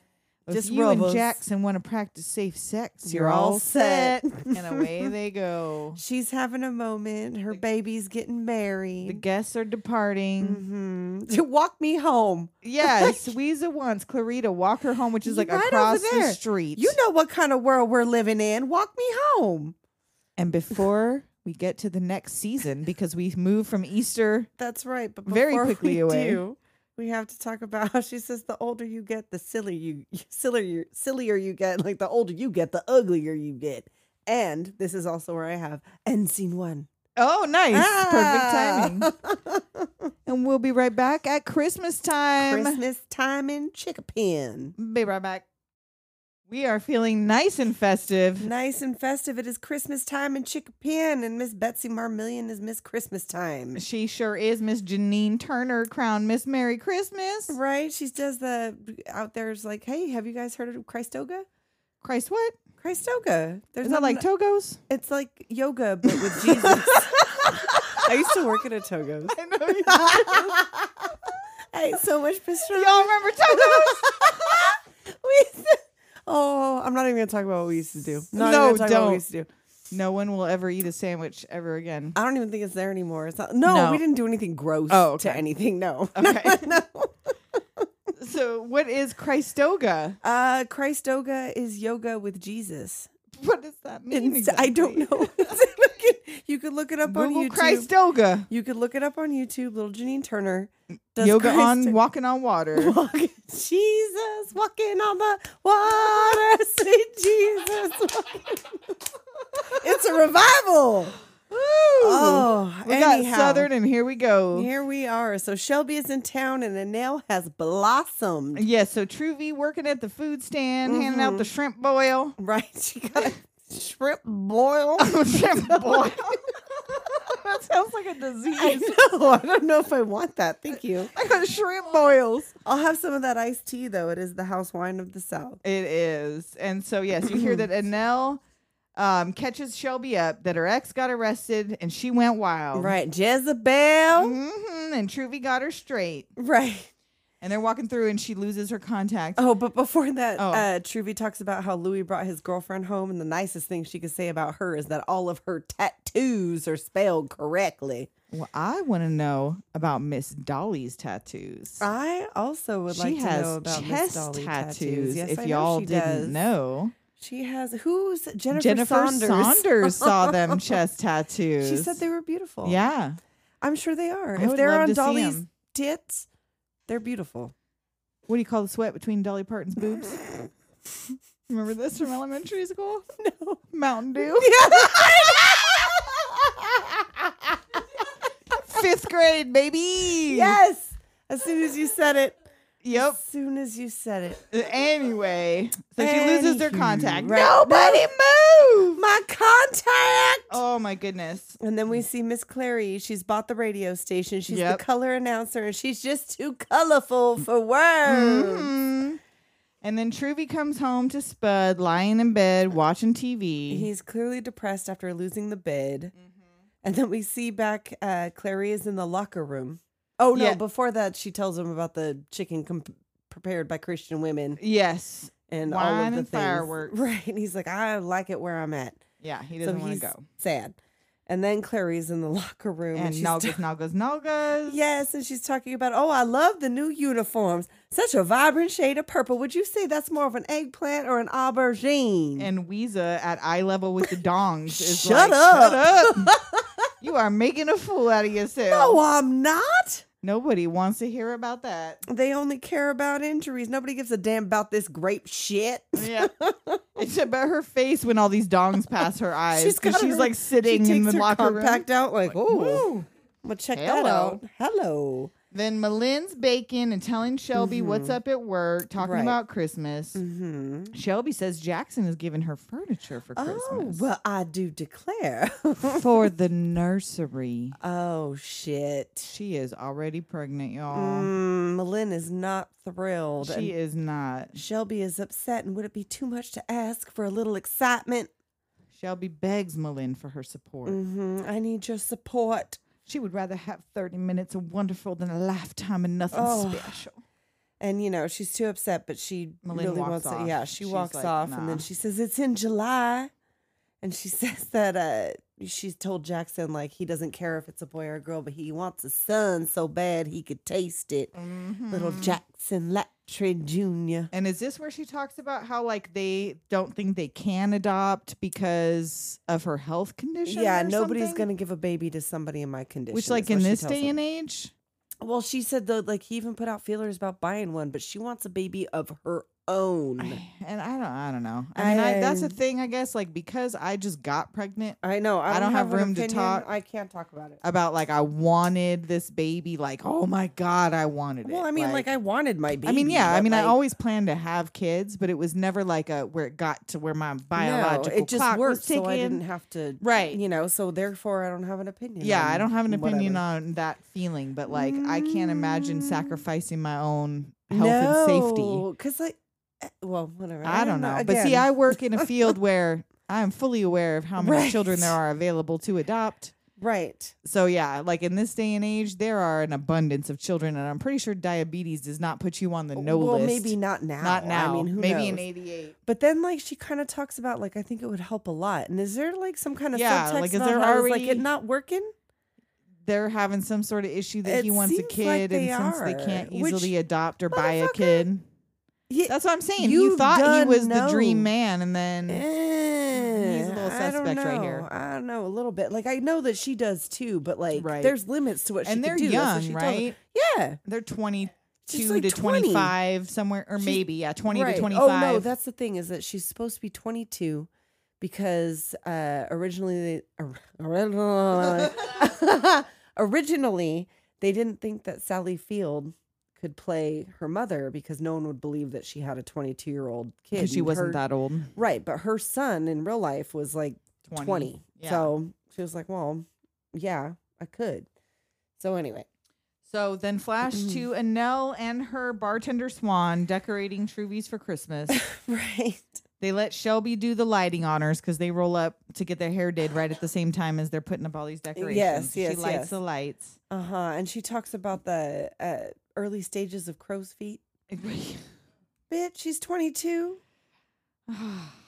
If Just you and rubbers. Jackson want to practice safe sex, you're, You're all all set. (laughs) set. and away they go. she's having a moment. Her baby's getting married. The guests are departing. Mm-hmm. (laughs) Walk me home. (laughs) Yes, Weeza wants Clarita walk her home, which is like Right over across the there. street. You know what kind of world we're living in. Walk me home. and before we get to the next season, because we move from Easter, That's right. But Very before quickly we away. do, we have to talk about how she says the older you get, the sillier you sillier you- sillier you get. Like the older you get, the uglier you get. And this is also where I have end scene one. oh, nice, Ah. perfect (laughs) timing. and we'll be right back at Christmas time. Christmas time in Chickapin. Be right back. We are feeling nice and festive. Nice and festive. It is Christmas time in Chickapin, and Miss Betsy Marmillion is Miss Christmas time. She sure is Miss Janine Turner, crowned Miss Merry Christmas. Right? She does the out there's like, hey, have you guys heard of Christoga? Christ, what Christoga. There's is that like nothing- Togos? (laughs) it's like yoga but with (laughs) Jesus. I used to work at a (laughs) Togo's. I know you- I ate so much (laughs) pastrami. y'all remember Togos. We used to- (laughs) oh, I'm not even gonna talk about what we used to do. Not No, even gonna talk about what don't. we used to do. no one will ever eat a sandwich ever again. (laughs) I don't even think it's there anymore. It's not, no, No. we didn't do anything gross Oh, to anything. No. Okay. no. So what is Christoga? (laughs) Uh, Christoga is yoga with Jesus. What does that mean? And so- I don't exactly? know. (laughs) Look it- you could look it up Google on YouTube. Christoga. You could look it up on YouTube. Little Janine Turner does Yoga Christ- on walking on water. (laughs) walk. Jesus walking on the water. (laughs) Say Jesus. walking- it's a revival. Oh, we anyhow. got southern, and here we go. Here we are. So Shelby is in town, and the nail has blossomed. Yes, so Truvy working at the food stand, handing Mm-hmm. out the shrimp boil. Right? She got a shrimp (laughs) boil. (laughs) shrimp boil. that sounds like a disease. (laughs) I know. I don't know if I want that. Thank you. I got shrimp boils. I'll have some of that iced tea, though. It is the house wine of the South. It is. And so, yes, you (clears throat) hear that Annelle um, catches Shelby up, that her ex got arrested, and she went wild. Mm-hmm, Right. Jezebel. hmm And Truvy got her straight. Right. and they're walking through, and she loses her contact. Oh, but before that, Oh. uh, Truvy talks about how Louis brought his girlfriend home, and the nicest thing she could say about her is that all of her tattoos are spelled correctly. Well, I want to know about Miss Dolly's tattoos. I also would she like to has know about Miss chest Dolly tattoos. Yes, if I know y'all she didn't does. know, she has who's Jennifer, Jennifer Saunders. Saunders saw (laughs) them chest tattoos. She said they were beautiful. Yeah. I'm sure they are. I if would they're love on to see Dolly's 'em. tits, they're beautiful. What do you call the sweat between Dolly Parton's boobs? (laughs) Remember this from elementary school? No. Mountain (laughs) Dew. Fifth grade, baby. Yes. As soon as you said it. Yep. As soon as you said it. Anyway, so she loses her Anywho, contact. right. Nobody move. My contact. Oh my goodness. And then we see Miss Clary. She's bought the radio station. She's Mm. Yep. Mm. the color announcer, and she's just too colorful for words. Mhm. And then Truvy comes home to Spud lying in bed watching TV. He's clearly depressed after losing the bid. Mm-hmm. And then we see back uh, Clary is in the locker room. Oh, no. Yeah. Before that, she tells him about the chicken com- prepared by Christian women yes. and all Wine of the and things. fireworks. (laughs) Right. And he's like, I like it where I'm at. Yeah, he doesn't so want he's to go. sad. And then Clary's in the (laughs) locker room. And she's (laughs) Nalgas, Nalgas, Nalgas. Yes, and she's talking about, oh, I love the new uniforms. Such a vibrant shade of purple. Would you say that's more of an eggplant or an aubergine? and Weeza at eye level with the dongs is Shut like, Shut (laughs) up! you are making a fool out of yourself. no, I'm not. Nobody wants to hear about that. They only care about injuries. Nobody gives a damn about this grape shit. (laughs) Yeah, it's about her face when all these dongs pass her eyes. She's 'cause got she's her- like sitting she in the takes her locker room. compact out like, oh, Woo. I'm gonna check that Hello. out. Hello. Then Malin's baking and telling Shelby what's up at work, talking Mm-hmm. Right. about Christmas. hmm Shelby says Jackson is giving her furniture for Oh, Christmas well, I do declare. (laughs) for the nursery. oh shit. She is already pregnant, y'all. Mm, Malin is not thrilled. and She is not. Shelby is upset, and would it be too much to ask for a little excitement? Shelby begs Malin for her support. hmm I need your support. She would rather have 30 minutes of wonderful than a lifetime of nothing Oh. special. And you know she's too upset, but she Malin really walks wants off. it. Yeah, she She's walks like, off, and then "Nah." she says it's in July, and she (laughs) says that uh, she's told Jackson like he doesn't care if it's a boy or a girl, but he wants a son so bad he could taste it. Little Mm-hmm. Jackson Latre Jr. And is this where she talks about how, like, they don't think they can adopt because of her health condition? Yeah, or nobody's something? gonna give a baby to somebody in my condition. Which, like, in this day and age, Well, she said though, like he even put out feelers about buying one, but she wants a baby of her own. and I don't, I don't know. I mean, I, that's Mm. I- the thing, I guess. Like, because I just got pregnant I know. I I don't, don't have an room to opinion. talk. I can't talk about it. about like I wanted this baby, like, oh my god, I wanted it. Well, I mean, like, I wanted my baby. I mean, yeah. I but, mean, I like, always planned to have kids, but it was never like a where it got to where my biological no, it just clock worked, was ticking. so I didn't have to. Right. You know, so therefore, I don't have an opinion. yeah, on I don't have an opinion whatever. on that feeling, but like I can't imagine Mm. sacrificing my own health and safety. because like, eh, well, whatever. I don't know, but see, Again, I work in (laughs) a field where I am fully aware of how many Right. children there are available to adopt. right. So yeah, like in this day and age, there are an abundance of children, and I'm pretty sure diabetes does not put you on the no well, list. maybe not now. Not now. I mean, who maybe knows? in '88. But then, like, she kind of talks about, like, I think it would help a lot. And is there like some kind of Yeah, subtext like, is about there how it's, like already- it not working? they're having some sort of issue that he It wants a seems like kid, they and since they are, can't which- easily adopt or buy a Motherfucker. kid, Yeah, that's what I'm saying. you he thought he done was the dream know. man, and then (laughs) Eh, He's a little I don't suspect right here. know. I don't know a little bit. Like I know that she does too, but like Right. there's limits to what she and they're can do. That's what young, she tells us. right? Yeah, They're 22 She's like to 20. 25 somewhere, or maybe yeah, 20 right. to 25. Oh no, that's the thing is that she's supposed to be 22 because uh, originally they, (laughs) originally they didn't think that Sally Field could play her mother because no one would believe that she had a 22 year old kid because she and wasn't her- that old. right, but her son in real life was like 20. 20. Yeah. So she was like, well, yeah, I could. So anyway, (laughs) So then, (clears throat) flash to Annelle and her bartender Swan decorating Truvies for Christmas. right. They let Shelby do the lighting honors because they roll up to get their hair did right at the same time as they're putting up all these decorations. yes, She lights yes. the lights. (laughs) Uh huh. And she talks about the uh, early stages of crow's feet. Bitch, she's (sighs) 22.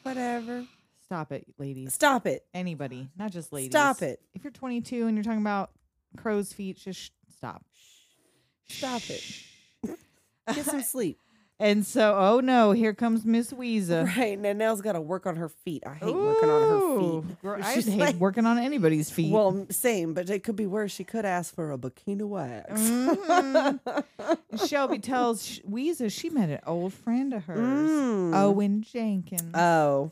Whatever. Stop it, ladies. Stop it. Anybody, not just ladies. Stop (laughs) it. If you're 22 and you're talking about crow's feet, just sh- stop. Stop it. Get some sleep. And so, oh no, here comes Miss Weeza. (laughs) Right. Nanelle's got to work on her feet. I hate working on her feet. I She's hate like- working on anybody's feet. Well, m- same, but it could be worse. She could ask for a bikini (laughs) wax. (laughs) Shelby tells Sh- Weeza she met an old friend of hers, Mm. Owen Jenkins. Oh.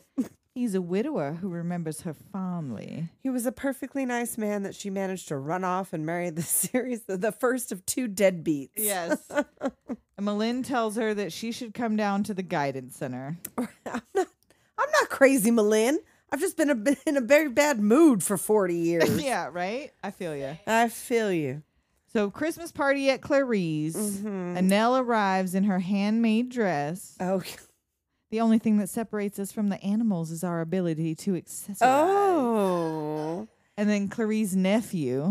He's a widower who remembers her fondly. He was a perfectly nice man that she managed to run off and marry the (laughs) series, the, the first of two deadbeats. (laughs) Yes. Malin tells her that she should come down to the guidance center. (laughs) I'm not, I'm not crazy, Malin. I've just been, a, (laughs) been in a very bad mood for 40 years. yeah, right? I feel you. (laughs) I feel you. So, Christmas party at Clarie's. Mm-hmm. Annelle arrives in her handmade dress. Oh, The only thing that separates us from the animals is our ability to accessorize. oh. And then Clarie's nephew.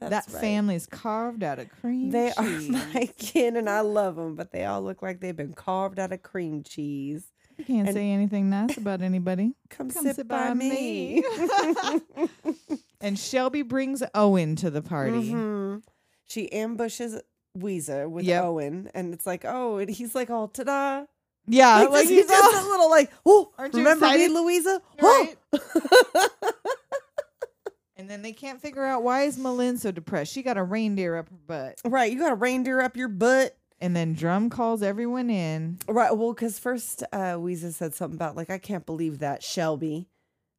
That's that right. family's carved out of cream They are (laughs) cheese. my kin, and I love them, but they all look like they've been carved out of cream cheese. You can't and- say anything nice about anybody. Come, sit, by, me. (laughs) (laughs) and Shelby brings Owen to the party. Mhm. She ambushes Weezer with Yep. Owen, and it's it's like, oh, and he's like, oh, ta-da! Yeah, Like, like just- he he's does all- a little like, oh, Aren't you remember me, excited? Louisa? (laughs) Right? Oh. (laughs) And then they can't figure out why is Malin so depressed. She got a reindeer up her butt. right, you got a reindeer up your butt. And then Drum calls everyone in. Right, well, because first uh, Weezer said something about like, I can't believe that Shelby,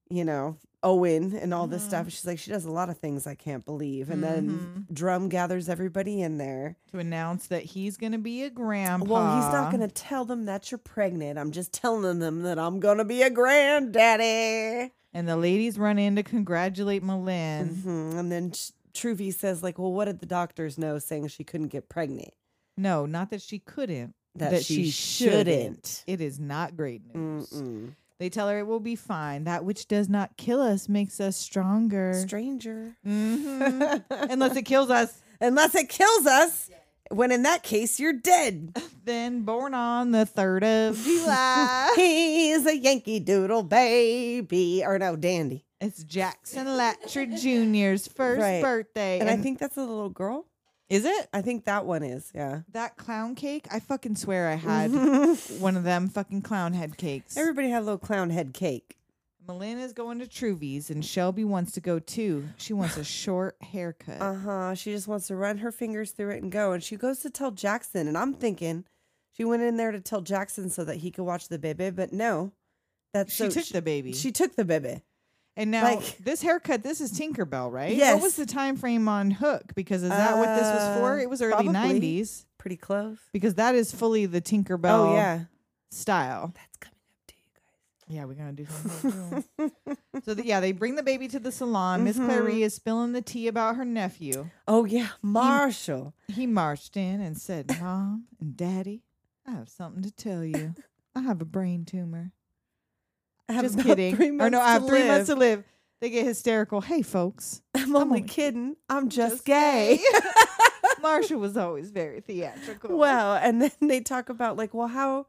you know, Owen, and all this stuff. She's like, she does a lot of things I can't believe, and then Drum gathers everybody in there. to announce that he's going to be a grandpa. Well, he's not going to tell them that you're pregnant. I'm just telling them that I'm going to be a granddaddy. And the ladies run in to congratulate Malin. Mhm. And then Ch- Truvy says, like, well, what did the doctors know saying she couldn't get pregnant? No, not that she couldn't. That she shouldn't. It is not great news. Mm-mm. They tell her it will be fine. That which does not kill us makes us stronger. Stranger. Mhm. Unless it kills (laughs) us. Unless it kills us, when in that case, you're dead. Then born on the 3rd of (laughs) July. He's a Yankee Doodle baby. Or no, Dandy. (laughs) it's Jackson Latcher Jr.'s first Right. birthday. And, I think that's a little girl. Is it? I think that one is, yeah. That clown cake, I fucking swear I (laughs) had one of them fucking clown head cakes. Everybody had a little clown head cake. Malin is going to Truvies and Shelby wants to go too. She wants a short haircut. Uh huh. She just wants to run her fingers through it and go. And she goes to tell Jackson. And I'm thinking she went in there to tell Jackson so that he could watch the baby. But no, that's she so- took the baby. She took the baby. and now like- (laughs) this haircut, this is Tinkerbell, right? What was Yes. the time frame on Hook? Because is that what this was for? Uh, It was early probably. nineties. Pretty close. Because that is fully the Tinkerbell Oh, yeah. style. That's coming up to you guys. Yeah, we're (laughs) gonna do something. so the, yeah, they bring the baby to the salon. Mm-hmm. Miss Clary is spilling the tea about her nephew. Oh yeah, Marshall. He marched in and (laughs) said, Mom and Daddy, I have something to tell you. I have a brain tumor. I have Just about kidding. Three or months no, I have to three live. months to live. They get hysterical. Hey, folks. I'm only only- kidding. I'm just, Just gay. Marsha was always very (laughs) theatrical. well, and then they talk about like, well, how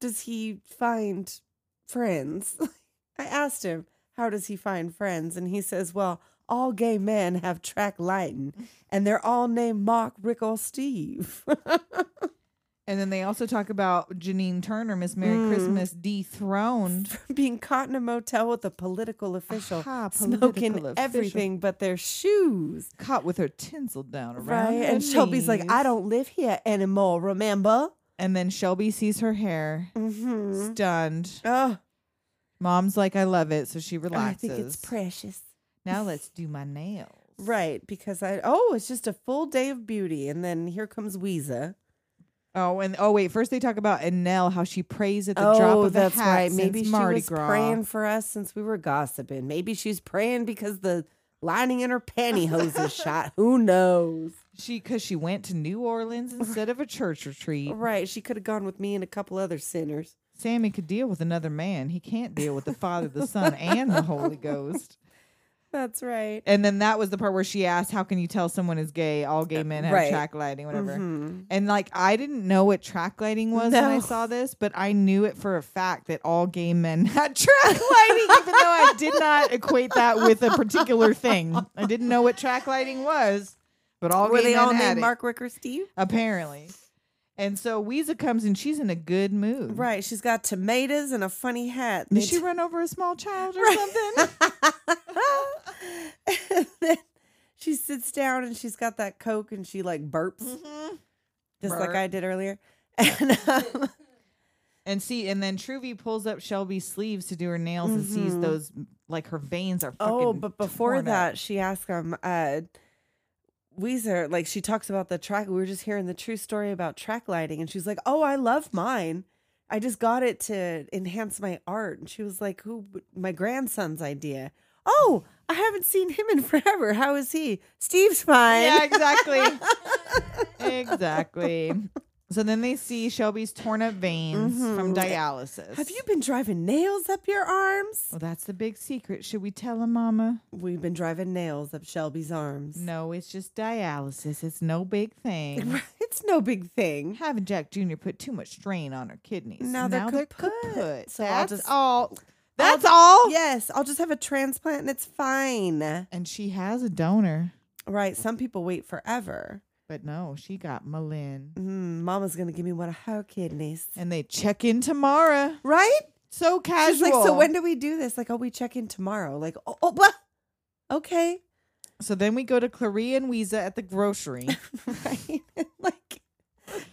does he find friends? (laughs) I asked him, how does he find friends? And he says, well, all gay men have track lighting, and they're all named Mark, Rick, or Steve. (laughs) and then they also talk about Janine Turner, Miss Merry Mm. Christmas, dethroned. Being caught in a motel with a political official, Aha, smoking political official. everything but their shoes. Caught with her tinsel down around Right. her And Shelby's like, I knees." don't live here anymore, remember? And then Shelby sees her hair, Mm-hmm. stunned. Oh, Mom's like, I love it. So she I relaxes. think it's precious. now let's do my nails. Right, because I oh, it's just a full day of beauty, and then here comes Weeza. Oh, and oh wait, first they talk about Annelle, how she prays at the drop of Oh, that's a hat right. since Maybe she Mardi was Gras. praying for us since we were gossiping. Maybe she's praying because the lining in her (laughs) pantyhose is shot. Who knows? She because she went to New Orleans instead of a church retreat. (laughs) Right, she could have gone with me and a couple other sinners. Sammy could deal with another man. He can't deal with the Father, the Son, and the Holy Ghost. That's right. And then that was the part where she asked, "How can you tell someone is gay? All Uh, gay men have right. track lighting, whatever." Mm-hmm. Mhm. And like, I didn't know what track lighting was when I No. saw this, but I knew it for a fact that all gay men (laughs) had track lighting, even though I did not equate that with a particular thing. I didn't know what track lighting was, but all Were gay they men all had named it, Mark, Rick, or Steve? apparently. And so Weeza comes and she's in a good mood. Right. She's got tomatoes and a funny hat. Did she run over a (laughs) small child or something? and then she sits down and she's got that Coke and she like burps, Mm-hmm. just like Burp. I did earlier. And um, And see, and then Truvy pulls up Shelby's sleeves to do her nails and sees Mhm. those like her veins are. Fucking oh, but before torn up. that, she asked him, uh, Weezer, like she talks about the track. We were just hearing the true story about track lighting, and she's like, Oh, I love mine. I just got it to enhance my art. And she was like, Who? My grandson's idea. Oh, I haven't seen him in (laughs) forever. How is he? Steve's fine. Yeah, (laughs) exactly. exactly. So then they see Shelby's torn up veins from dialysis. Mm-hmm. Have you been driving nails up your arms? Well, that's the big secret. Should we tell her, Mama? We've been driving nails up Shelby's arms. No, it's just dialysis. It's no big thing. (laughs) It's no big thing. Having Jack Jr. put too much strain on her kidneys. Now they're kaput. So So I'll that's just- all. That's all. Yes, I'll just have a transplant and it's fine. And she has a donor, Right, some people wait forever. but no, she got Malin. Mm, Mama's gonna give me one of her kidneys. And they check in tomorrow. Right? So She's casual. like, so when do we do this? Like, oh, we check in tomorrow. Like, oh, oh blah. (laughs) okay. (laughs) So then we go to Clarie and Weeza at the (laughs) grocery. Right? like,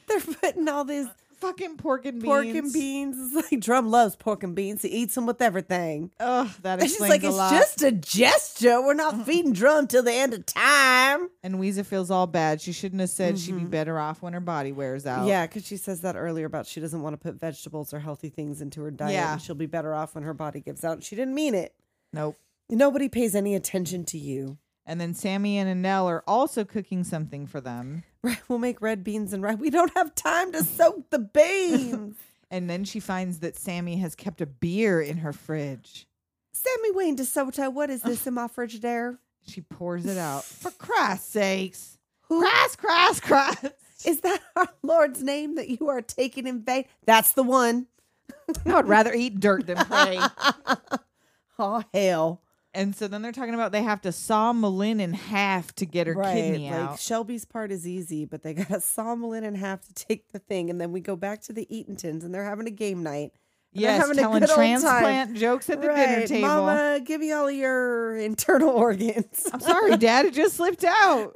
they're putting all this Fucking pork and beans. pork and beans. It's like, Drum loves pork and beans. He eats them with everything. Oh, that And she's explains like, a it's lot. just a gesture. (laughs) We're not feeding drum till the end of time. and Weeza feels all bad. She shouldn't have said she'd be better off when her body wears out. Mm-hmm. Yeah, because she says that earlier about she doesn't want to put vegetables or healthy things into her diet. Yeah. And she'll be better off when her body gives out. She didn't mean it. Nope. Nobody pays any attention to you. (laughs) And then Sammy and Annelle are also cooking something for them. Right, We'll make red beans and rice. We don't have time to soak (laughs) the beans. And then she finds that Sammy has kept a beer in her fridge. Sammy Wayne DeSoto, what is this in my frigidaire? She pours it (laughs) out. For Christ's sakes. Christ, Christ, Christ. Is that (laughs) our Lord's name that you are taking in vain? That's the one. I would rather eat dirt (laughs) than pray. Oh, hell. and so then they're talking about they have to saw Malin in half to get her kidney like out. Shelby's part is easy, but they got to saw in and have to take the thing, and then we go back to the Eatentons, and they're having a game night. and they're Yes, having a telling good old time. transplant jokes at the dinner Right, table. Mama, give me all of your (laughs) (laughs) internal organs. I'm (laughs) sorry, Dad, it just slipped out.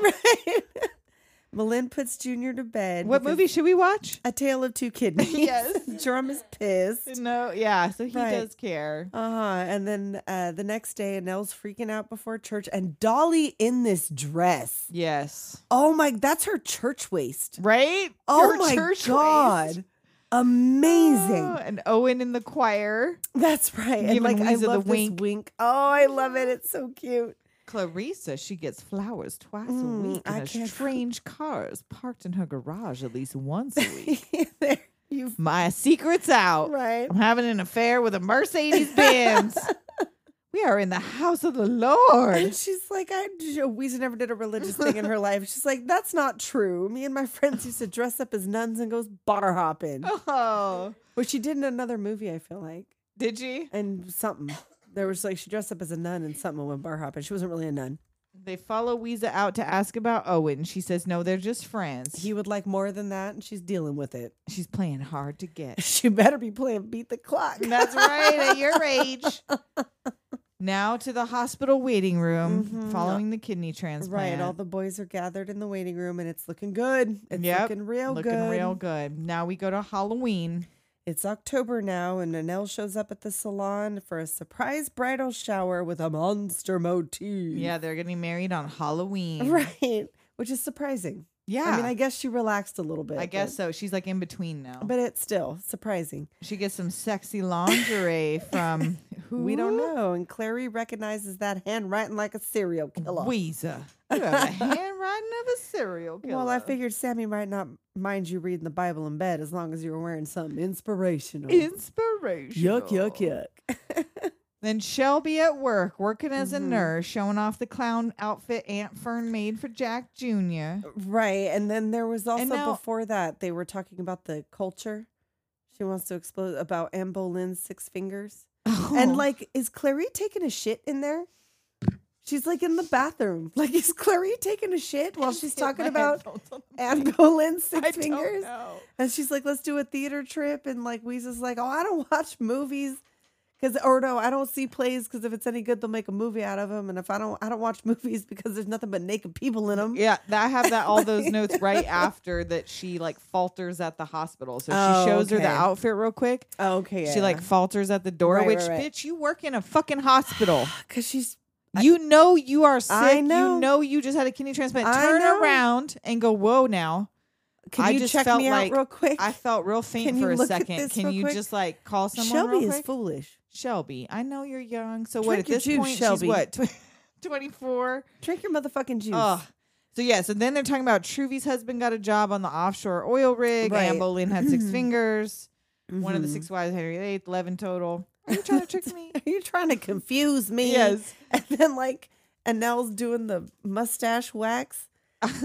Malin puts Junior to bed. What because- movie should we (laughs) watch? A Tale of Two Kidneys. Yes. (laughs) Drum is pissed. No, yeah, so he Right. does care. Uh huh. And then uh, the next day, Annelle's freaking out before church, and Dolly in this dress. Yes. Oh my, that's her church waist. Right? Oh Her my church god, waist. amazing. Oh, and Owen in the choir. That's right. Giving And like I Weezer the love this wink. wink. Oh, I love it. It's so cute. (laughs) Clarissa, she gets flowers twice Mm, a week. And I a can't- strange cars parked in her garage at least once a week. there (laughs) you my secret's out. right. I'm having an affair with a Mercedes (laughs) Benz. we are in the house of the Lord. And she's like, I Weezer never did a religious thing (laughs) in her life. She's like, that's not true. Me and my friends used to dress up as nuns and go bar hopping. Oh, But she did in another movie, I feel like. did she? And something. There was like she dressed up as a nun and something and went bar hopping. She wasn't really a nun. They follow Weeza out to ask about Owen. She says, no, they're just friends. He would like more than that, and she's dealing with it. (laughs) She's playing hard to get. She better be playing beat the clock. That's right, at your age. Now to the hospital waiting room Mhm. following the kidney transplant. (laughs) Right. All the boys are gathered in the waiting room and it's looking good. It's Yep, looking real looking good. real good. Now we go to Halloween. It's October now and Annelle shows up at the salon for a surprise bridal shower with a monster motif. Yeah, they're getting married on Halloween. Mm. (laughs) Right. Which is surprising. Yeah. I mean, I guess she relaxed a little bit. I guess but, so. She's like in between now. But it's still surprising. she gets some sexy lingerie (laughs) from who? We don't know. And Clary recognizes that handwriting like a serial killer. (laughs) Weezer. You have a handwriting writing of a serial killer. Well, I figured Sammy might not mind you reading the Bible in bed as long as you were wearing something inspirational. inspiration. yuck, yuck, yuck. Then Shelby at work, working as a Mhm. nurse, showing off the clown outfit Aunt Fern made for Jack Jr. (laughs) Right. And then there was also now- before that, they were talking about the culture. She wants to explode about Anne Boleyn's six fingers. (laughs) And like, is Clary taking a shit in there? She's like in the bathroom. (laughs) Like, is Clary taking a shit while she's talking about (laughs) Anne Boleyn's six fingers? And she's like, let's do a theater trip. And like, Weezy's like, oh, I don't (laughs) watch movies. Cause or no, I don't see plays because if it's any good, they'll make a movie out of them. And if I don't, I don't watch (laughs) movies because there's nothing but naked people in them. Yeah, that- I have that all (laughs) those notes right after that she like falters at the hospital. So she Oh, shows her the okay. outfit real quick. Okay. She (laughs) like falters at the door, Right, which right, right. bitch, you work in a fucking hospital. because she's you know you are sick. I know. You know you just had a kidney transplant. I Turn know. around and go, whoa now. can I you just check felt me like out real quick? I (laughs) felt real Can faint you for a look at second. this Can real you quick? just like call someone? Shelby real is quick? foolish. Shelby, I know you're young. So what Drink at your this juice, point Shelby. she's what tw- (laughs) 24? Drink your motherfucking juice. Ugh. So yeah, so then they're talking about Truvy's husband got a job on the offshore oil rig. Right. Anne Boleyn had (clears throat) six fingers. One of the Mhm. six wives, Henry VIII, eleven total. Are you trying to (laughs) trick me? (laughs) You're trying to confuse me. Yes. (laughs) And then like Annelle's doing the (laughs) mustache wax.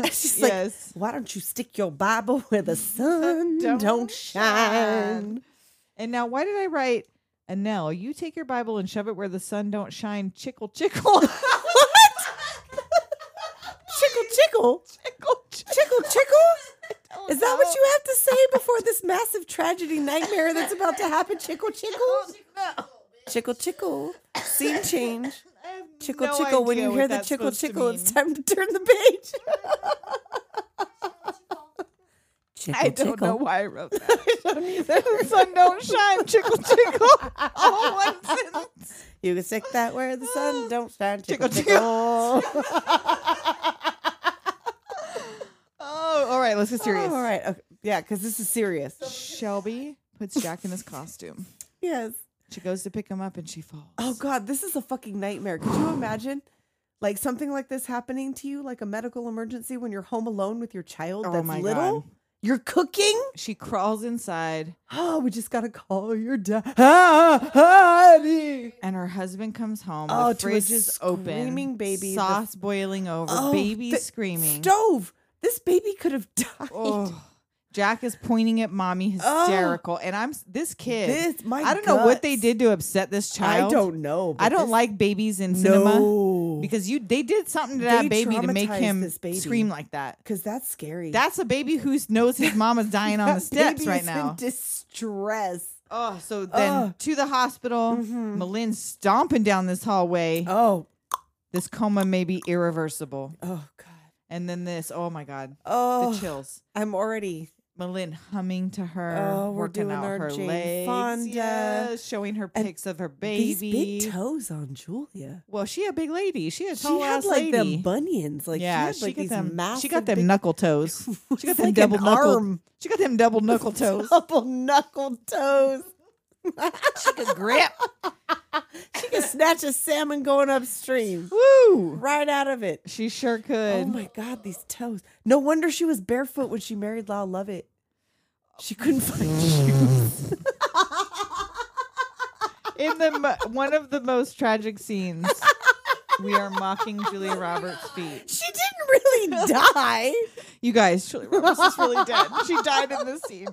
She's like, yes. why don't you stick your Bible where the sun (laughs) don't, don't shine? shine. And now, why did I write Annelle? You take your Bible and shove it where the sun don't shine. Chickle, chickle, (laughs) Chickle, chickle. chickle, Chickle, chickle. don't Is that what know. you have to say before this massive tragedy nightmare that's about to happen? Chickle, chickle. No. Chickle, chickle. Scene change. I have Chickle, no chickle. When idea you what hear the that's chickle, supposed to chickle, it's mean. time to turn the page. chickle, I don't know why I wrote (laughs) that. the sun don't shine. Chickle, chickle. (laughs) All one sentence. You can stick that where the sun don't shine. Chickle, Tickle, tickle. Oh, all right. Let's get serious. All right. Okay. Yeah, because this is serious. Shelby puts Jack in his costume. Yes. She goes to pick him up and she falls. Oh God, this is a fucking nightmare. Could you imagine, like something like this happening to you, like a medical emergency when you're home alone with your child Oh, that's my little? God. You're cooking. She crawls inside Oh, we just gotta call your dad, honey. and her husband comes home. Oh, the to a fridge is open. screaming baby, the- Sauce boiling over. Oh, baby the screaming. Stove. This baby could have died. Oh. Jack is pointing at mommy, Oh. hysterical, and I'm s- this kid. This- my I don't know what they guts. did to upset this I child. don't know. I but don't this- like babies in cinema no. because you they did something to that They baby to make traumatized him this baby. scream like that. because that's scary. That's a baby who knows his mama's dying on (laughs) That the steps baby right is in now. distress. oh, so then Ugh. Mm-hmm. to the hospital, Malin stomping down this hallway. Oh, This coma may be irreversible. oh God. And then this, oh my god, Oh, the chills. I'm already. Malin humming to her, Oh, we're working doing out our her Jane legs, Fonda. yes, showing her And pics of her These baby. big toes on Julia. well, she a big lady. She a She tall had ass like lady. them bunions. Like yeah, she, she had like got these them. massive. She got them big- (laughs) knuckle toes. It's She got them like an double knuckle. arm. She got them double (laughs) knuckle toes. Double knuckle toes. she could grip. She could snatch a salmon going upstream (laughs) Woo! right out of it. She sure could. Oh my God, these toes. No wonder she was barefoot when she married Lyle Lovett. She (laughs) couldn't find shoes. In the (laughs) mo- one of the most tragic scenes, we are mocking Julia Roberts' feet. (laughs) She didn't really die. You guys, Julia Roberts is really dead. She died in this (laughs) scene.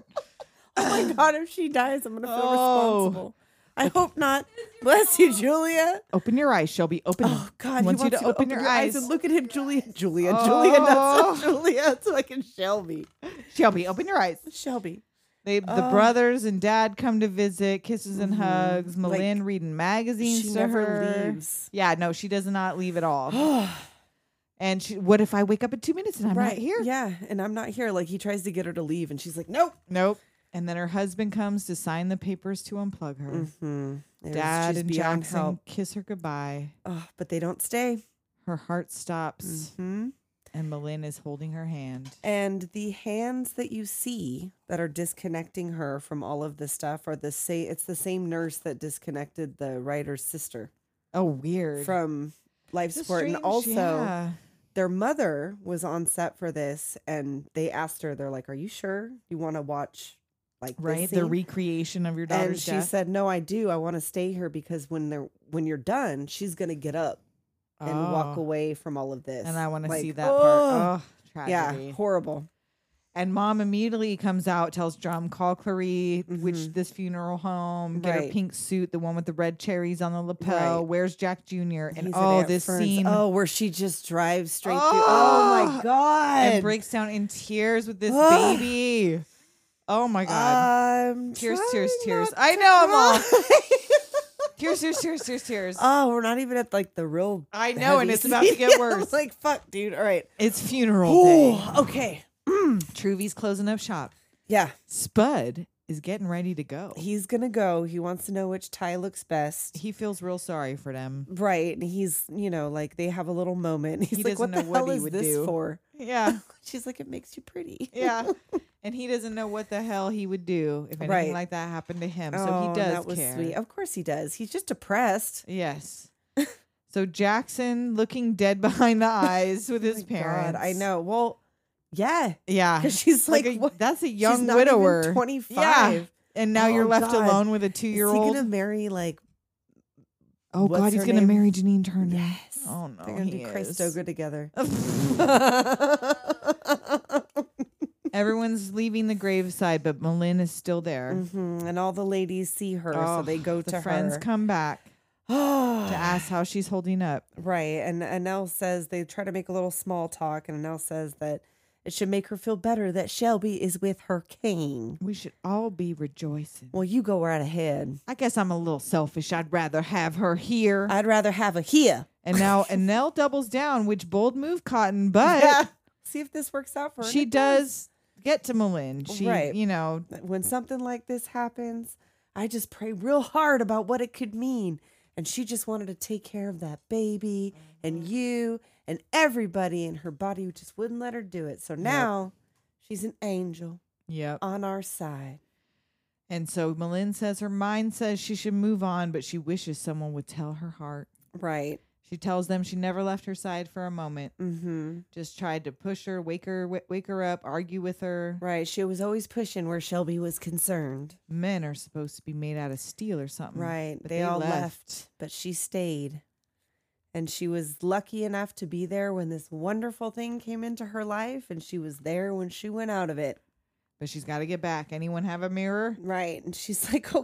Oh my (laughs) God, if she dies, I'm going to feel Oh. responsible. I hope not. Bless you, Julia. Open your eyes, Shelby. Open. Oh God, wants he you to wants open, your, eyes. and look at him, Julia, (laughs) Julia, Julia, not Oh. so Julia, (laughs) so I can Shelby, Shelby, open your eyes. Shelby. They, Oh. the brothers and dad come to visit, kisses and hugs. Malin reading magazines Mm-hmm. she to never her. leaves. Yeah, no, she does not leave at (gasps) all. and she, what if I wake up in two minutes and I'm not here? Yeah, and I'm not here. Like he tries to get her to leave, and she's like, nope. Nope. And then her husband comes to sign the papers to unplug her. Mm, Mm-hmm. It was- Dad she's and beyond Jackson help. kiss her goodbye. Oh, but they don't stay. Her heart stops, Hmm? and Malin is holding her hand. And the hands that you see that are disconnecting her from all of this stuff are the say it's the same nurse that disconnected the writer's sister Oh, weird. from life It's a support, and strange- also yeah. their mother was on set for this and they asked her, they're like, Are you sure you want to watch like this right? The scene?" recreation of your daughter's and she death. said, No, I do. I want to stay here because when they're when you're done, she's gonna get up and walk Oh. away from all of this. And I want to Like, see that oh, part. Oh, tragedy. Yeah, horrible. And mom immediately comes out, tells Drum, call Clarie, which Mhm. this funeral home, get her Right. pink suit, the one with the red cherries on the lapel. Right. Where's Jack Jr.? And He's at oh, Aunt this Fern's. scene Oh, where she just drives straight through. Oh Oh, my (gasps) god! and breaks down in tears with this Ugh. baby. Oh my god. Um, tears, tears, trying tears. not I to know I'm all cry. (laughs) tears, tears, tears, tears, tears. oh, we're not even at like the real. I know, and heavy it's about to scene. (laughs) get I'm worse. like fuck, dude. All right. It's funeral Ooh, day. okay. Truvy's closing up shop. Yeah, Spud is getting ready to go. he's gonna go. He wants to know which tie looks best. He feels real sorry for them. Right, and he's you know like they have a little moment. (laughs) He's He like, doesn't "What the know what hell he is would this do." for?" Yeah. She's like, "It makes you pretty." Yeah. (laughs) and he doesn't know what the hell he would do if anything Right. like that happened to him. Oh, so he does that was care. sweet. Of course he does. He's just depressed. (laughs) Yes. so Jackson looking dead behind the eyes with his Oh My God, parents. I know. Well, yeah, Yeah. because she's like, Like, a- what? that's a She's young not even widower. 25. And now Oh, you're left God. alone with a two Is he year gonna old. marry like? Oh what's God, he's her gonna name? marry Janine Turner. Yes. Oh no. They're gonna he do Christ is. Ogre (laughs) together. Mm-hmm, Everyone's leaving the graveside, but Malin is still there. Mhm, And all the ladies see her, so Oh, they Ugh, go Oh, the to friends her. come (gasps) back to to ask how she's holding up. (gasps) Right. And Annelle says they try to make a little small talk, and Annelle says that it should make her feel better that Shelby is with her king. We should all be rejoicing. Well, you go right ahead. I guess I'm a little selfish. I'd rather have her here. I'd rather have a here. and (laughs) now Annelle doubles down, which bold move, Cotton, but See if this works out for her. and she it does get to Malin. She, Right. you know, When something like this happens, I just pray real hard about what it could mean. And she just wanted to take care of that baby and you and everybody, and her body just wouldn't let her do it. So now she's an angel yep. on our side. And so Malin says her mind says she should move on, but she wishes someone would tell her heart. Right. She tells them she never left her side for a moment. Mm hmm. Just tried to push her, wake her, w- wake her up, argue with her. Right. She was always pushing where Shelby was concerned. Men are supposed to be made out of steel or something. Right. but They, all left. but she stayed. And she was lucky enough to be there when this wonderful thing came into her life, and she was there when she went out of it. But she's got to get back. Anyone have a mirror? Right. And she's (laughs) like, oh,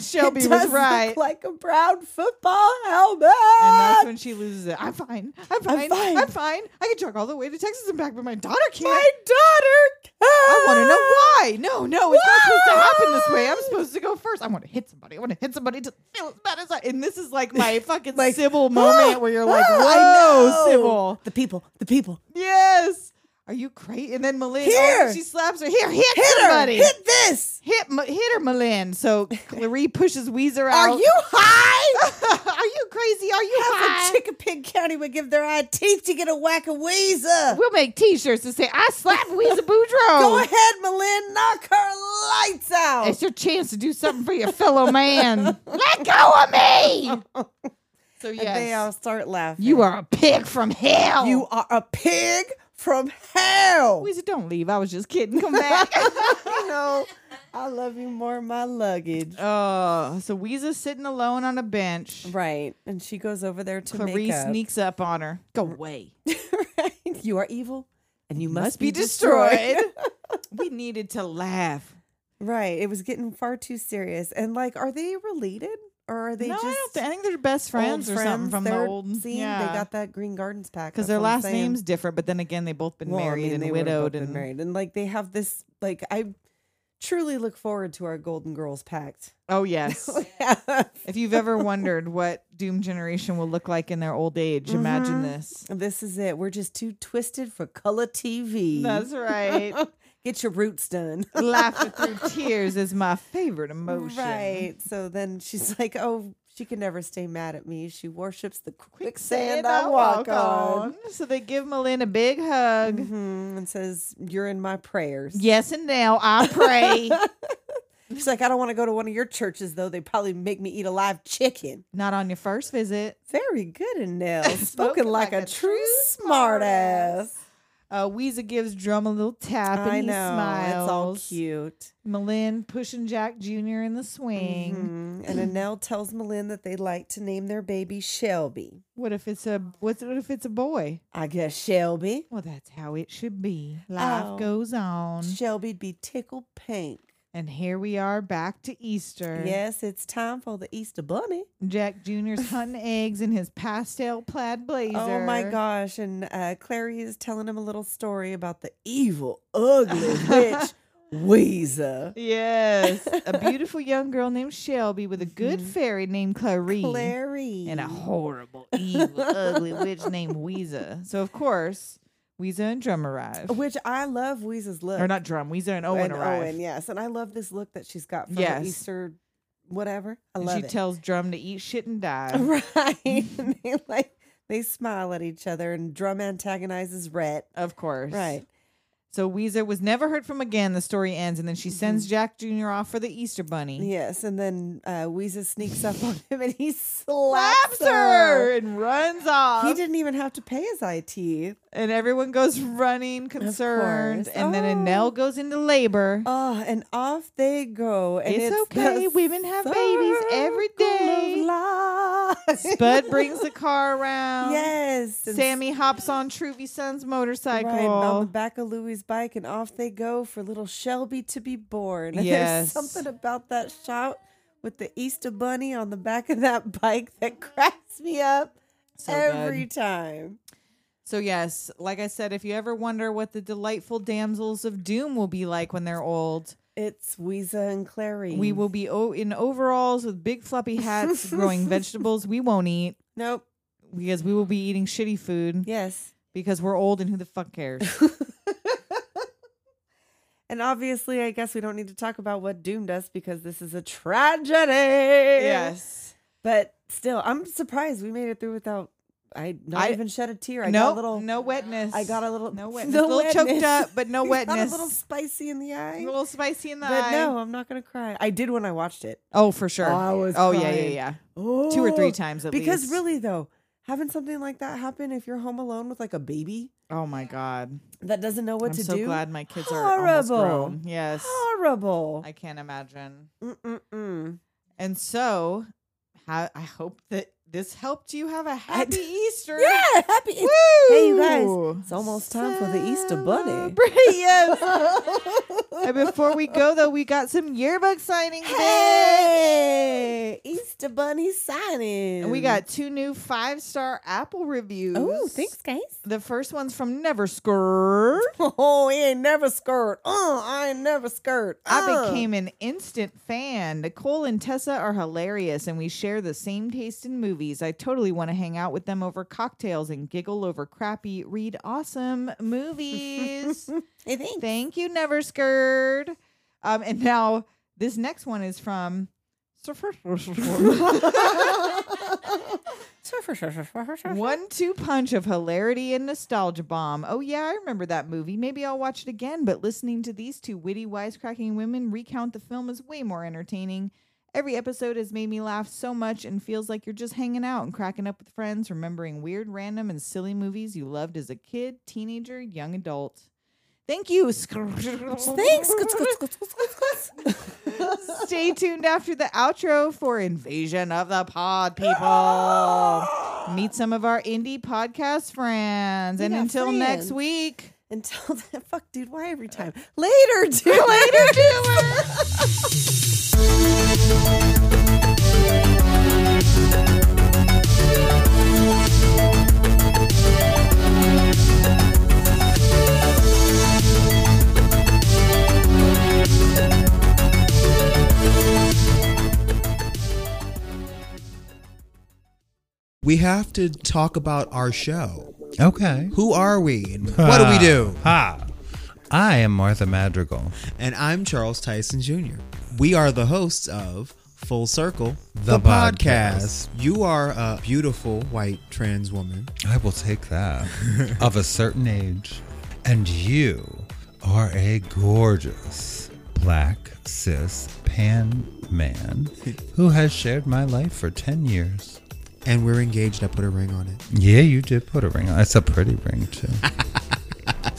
(laughs) Shelby was it does right." Look like a brown football helmet. And that's when she loses it. I'm fine. I'm fine. I'm fine. Ah! fine. i can jog all the way to Texas and back, but my daughter can't. My daughter. I want to know why. No, no, it's not supposed to happen this way. I'm supposed to go first. I want to hit somebody. I want to hit somebody to feel as bad as I. And this is like (laughs) my fucking Like, (gasps) Sybil moment "Ah, where you're like, ah, I whoa, know." Sybil. The people. The people. Yes. Are you crazy? And then Malin, Here. she slaps her. Here, hit, Hit somebody. her. Hit this. hit, Ma- hit her, Malin. (laughs) So Clarie pushes Weezer out. Are you high? (laughs) Are you crazy? Are you high? Half of Chickapig County would give their eye teeth to get a whack of Weezer. We'll make T-shirts that say "I slapped (laughs) Weezer Boudreaux." Go ahead, Malin, knock her lights out. It's your chance to do something for your fellow (laughs) man. Let go of me. So And they all yes, start laughing. you are a pig from hell. you are a pig from hell. Weezer, don't leave. I was just kidding. Come (laughs) (laughs) back. You know, (laughs) I love you more, my luggage. Oh, so Weezer's sitting alone on a bench. Right, and she goes over there to Clarice make up. (laughs) sneaks up on her. Go away. Right? You are evil, and you must, Must be destroyed. (laughs) we needed to laugh. right, it was getting far too serious. And like, are they related, or are they no, just I don't. Think, I think they're best old friends or something from the They're- old. See, yeah. they got that Green Gardens pack because that's their what I'm last saying. name's different. But then again, they both been Well, I married mean, and they would've both widowed been and married, and like they have this. Like I truly look forward to our Golden Girls pact. oh yes. (laughs) if you've ever wondered what Doom Generation will look like in their old age, Mm-hmm. imagine this. (laughs) this is it. We're just too twisted for color TV. That's (laughs) right. Get your roots done. (laughs) Laughter through tears is my favorite emotion. Right. So then she's like, "Oh, she can never stay mad at me. She worships the Sand quicksand I walk on." Mm-hmm. Hmm, So they give Malin a big hug. Mhm, And says, "You're in my prayers." (laughs) Yes, and now I pray. She's like, I don't want to go to one of your churches though. They probably make me eat a live chicken. Not on your first visit. Very good, Anil. (laughs) Spoken like, a, true smartass. Uh, Weezer gives Drum a little tap and I he know. smiles. It's all cute. Malin pushing Jack Jr. in the swing. Mhm. (clears throat) And Anel tells Malin that they'd like to name their baby Shelby. What if it's a what's what if it's a boy? I guess Shelby. Well, that's how it should be. Life Oh. goes on. Shelby'd be tickled pink. And here we are back to Easter. Yes, it's time for the Easter Bunny. Jack (laughs) Jr.'s hunting eggs in his pastel plaid blazer. Oh my gosh. And uh, Clary is telling him a little story about the evil, ugly (laughs) witch, Weezer. (laughs) Yes. a beautiful young girl named Shelby with a Mm-hmm. good fairy named Clarine. Clary. and a horrible, evil, ugly witch named Weezer. So of course, Weezer and Drum arrive. Which I love Weezer's look. or not Drum, Weezer and Owen and arrive. Owen, yes. And I love this look that she's got for her Yes. Easter whatever. I And love she it. tells Drum to eat shit and die. (laughs) (laughs) right. And they like they smile at each other and drum antagonizes Rhett. Of course. Right. So Weezer was never heard from again. The story ends, and then she Mm-hmm. sends Jack Jr. off for the Easter Bunny. Yes. And then uh Weezer sneaks up on him and he slaps Slaps her and runs off. He didn't even have to pay his IT. and everyone goes running, concerned. course. And then Oh. Annelle goes into labor. Oh, and off they go. And It's it's, okay, the women have babies every circle of day. life. (laughs) Bud brings the car around. yes. and Sammy hops on Truvy Son's motorcycle. Right, on the back of Louie's bike, and off they go for little Shelby to be born. (laughs) And Yes. There's something about that shot with the Easter bunny on the back of that (laughs) bike that cracks me up So every good. time. So yes, like I said, if you ever wonder what the delightful damsels of doom will be like when they're old, It's Weeza and Clary. we will be o- in overalls with big fluffy (laughs) hats, growing vegetables we won't eat Nope. because we will be eating shitty food Yes. because we're old and who the fuck cares? And obviously, I guess we don't need to talk about what doomed us because this is a tragedy. yes. But still, I'm surprised we made it through without I not I- even shed a tear. I got No, a little no wetness. I got a little (laughs) no wetness. a little choked wetness. up, but no (laughs) I Got a wetness. little spicy in the eye. A little spicy in the but eye. no, I'm not gonna cry. I did when I watched it. Oh, for sure. I was oh yeah, yeah, crying. yeah. Two or (gasps) three Oh, times at because least. really though, having something like that happen if you're home alone with like a baby Oh my god. that doesn't know what I'm to so do. glad my kids are almost grown. Yes. (gasps) Horrible. Mm. I can't imagine. (laughs) Mm-mm-mm. And so, ha- I hope that this helped you have a happy Easter. (laughs) Yeah, happy. Easter. Hey, you guys, Woo! it's almost time for the Easter bunny. Celebrate, yes. and before we go, though, we got some yearbook signing. Hey, Easter bunny signing. And we got two new five star Apple reviews. Oh, thanks, guys. The first one's from Never Skirt. (laughs) Oh, he ain't never skirt. Uh, I ain't never skirt. I Uh. became an instant fan. Nicole and Tessa are hilarious, and we share the same taste in movies. I totally want to hang out with them over cocktails and giggle over crappy, read awesome movies. Hey, thanks. Thank you, Never Scared. Um, and now this next one is from. (laughs) One two punch of hilarity and nostalgia bomb. Oh, yeah, I remember that movie. Maybe I'll watch it again, but listening to these two witty, wisecracking women recount the film is way more entertaining. Every episode has made me laugh so much and feels like you're just hanging out and cracking up with friends, remembering weird, random, and silly movies you loved as a kid, teenager, young adult. Thank you. (laughs) Thanks. Stay tuned after the outro for Invasion of the Pod People. Meet some of our indie podcast friends. We and got until next friends. week. (laughs) Until then, fuck, dude, why every time? Later, dude. (laughs) Later, dude. (laughs) We have to talk about our show. Okay. Who are we and what do we (laughs) do? Uh, Ha. I am Martha Madrigal. And I'm Charles Tyson Jr. We are the hosts of Full Circle, The podcast. You are a beautiful white trans woman. I will (laughs) take that. of a certain age. And you are a gorgeous black, cis, pan (laughs) man who has shared my life for 10 years. And we're engaged. I put a ring on it. Yeah, you did put a ring on. It's a pretty ring, (laughs) too.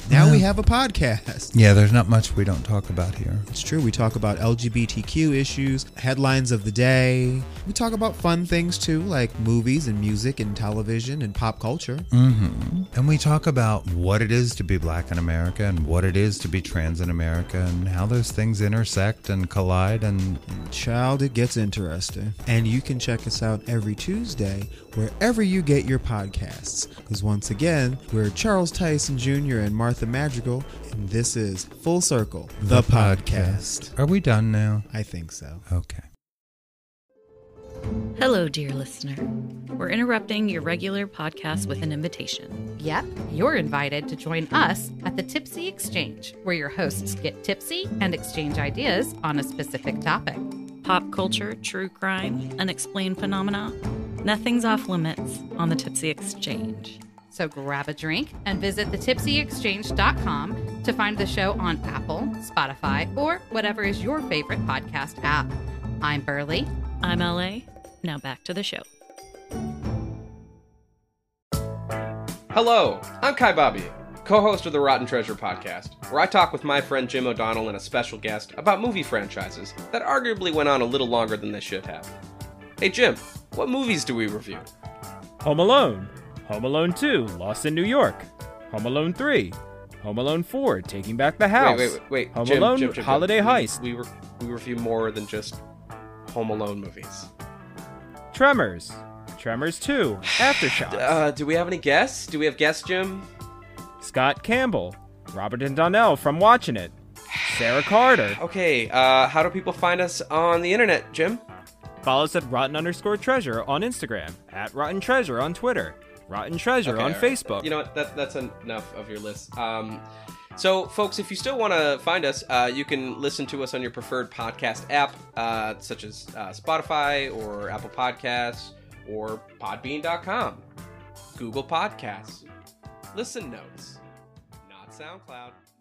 Now we have a podcast. yeah, there's not much we don't talk about here. It's true. We talk about LGBTQ issues, headlines of the day. We talk about fun things too, like movies and music and television and pop culture. And we talk about what it is to be black in America and what it is to be trans in America and how those things intersect and collide. And Child, it gets interesting. And you can check us out every Tuesday wherever you get your podcasts. Because once again, we're Charles Tyson Jr. and Martha Madrigal, and this is Full Circle, the, podcast. are we done now? I think so. Okay. Hello, dear listener. We're interrupting your regular podcast with an invitation. Yep, you're invited to join us at the Tipsy Exchange, where your hosts get tipsy and exchange ideas on a specific topic. Pop culture, true crime, unexplained phenomena. Nothing's off limits on the Tipsy Exchange. (laughs) So grab a drink and visit thetipsyexchange.com to find the show on Apple, Spotify, or whatever is your favorite podcast app. I'm Burley. I'm LA. Now back to the show. Hello, I'm Kai Bobby, co host of the Rotten Treasure podcast, where I talk with my friend Jim O'Donnell and a special guest about movie franchises that arguably went on a little longer than they should have. Hey Jim, what movies do we review? Home Alone, Home Alone 2, Lost in New York, Home Alone 3, Home Alone 4, Taking Back the House, Wait, wait, wait, wait. Home Jim, Alone, Jim, Jim, Jim. Holiday We- Heist, We, re- we review more than just Home Alone movies. Tremors, Tremors 2, Aftershocks, (sighs) Uh, do we have any guests? Do we have guests, Jim? Scott Campbell, Robert and Donnell from Watching It, Sarah Carter. (sighs) Okay, uh, how do people find us on the internet, Jim? Follow us at Rotten underscore Treasure on Instagram, at Rotten Treasure on Twitter, Rotten Treasure Okay, on all right. Facebook. You know what? That, that's enough of your list. Um, so, folks, if you still want to find us, uh, you can listen to us on your preferred podcast app, uh, such as uh, Spotify or Apple Podcasts or Podbean.com, Google Podcasts, Listen Notes, not SoundCloud.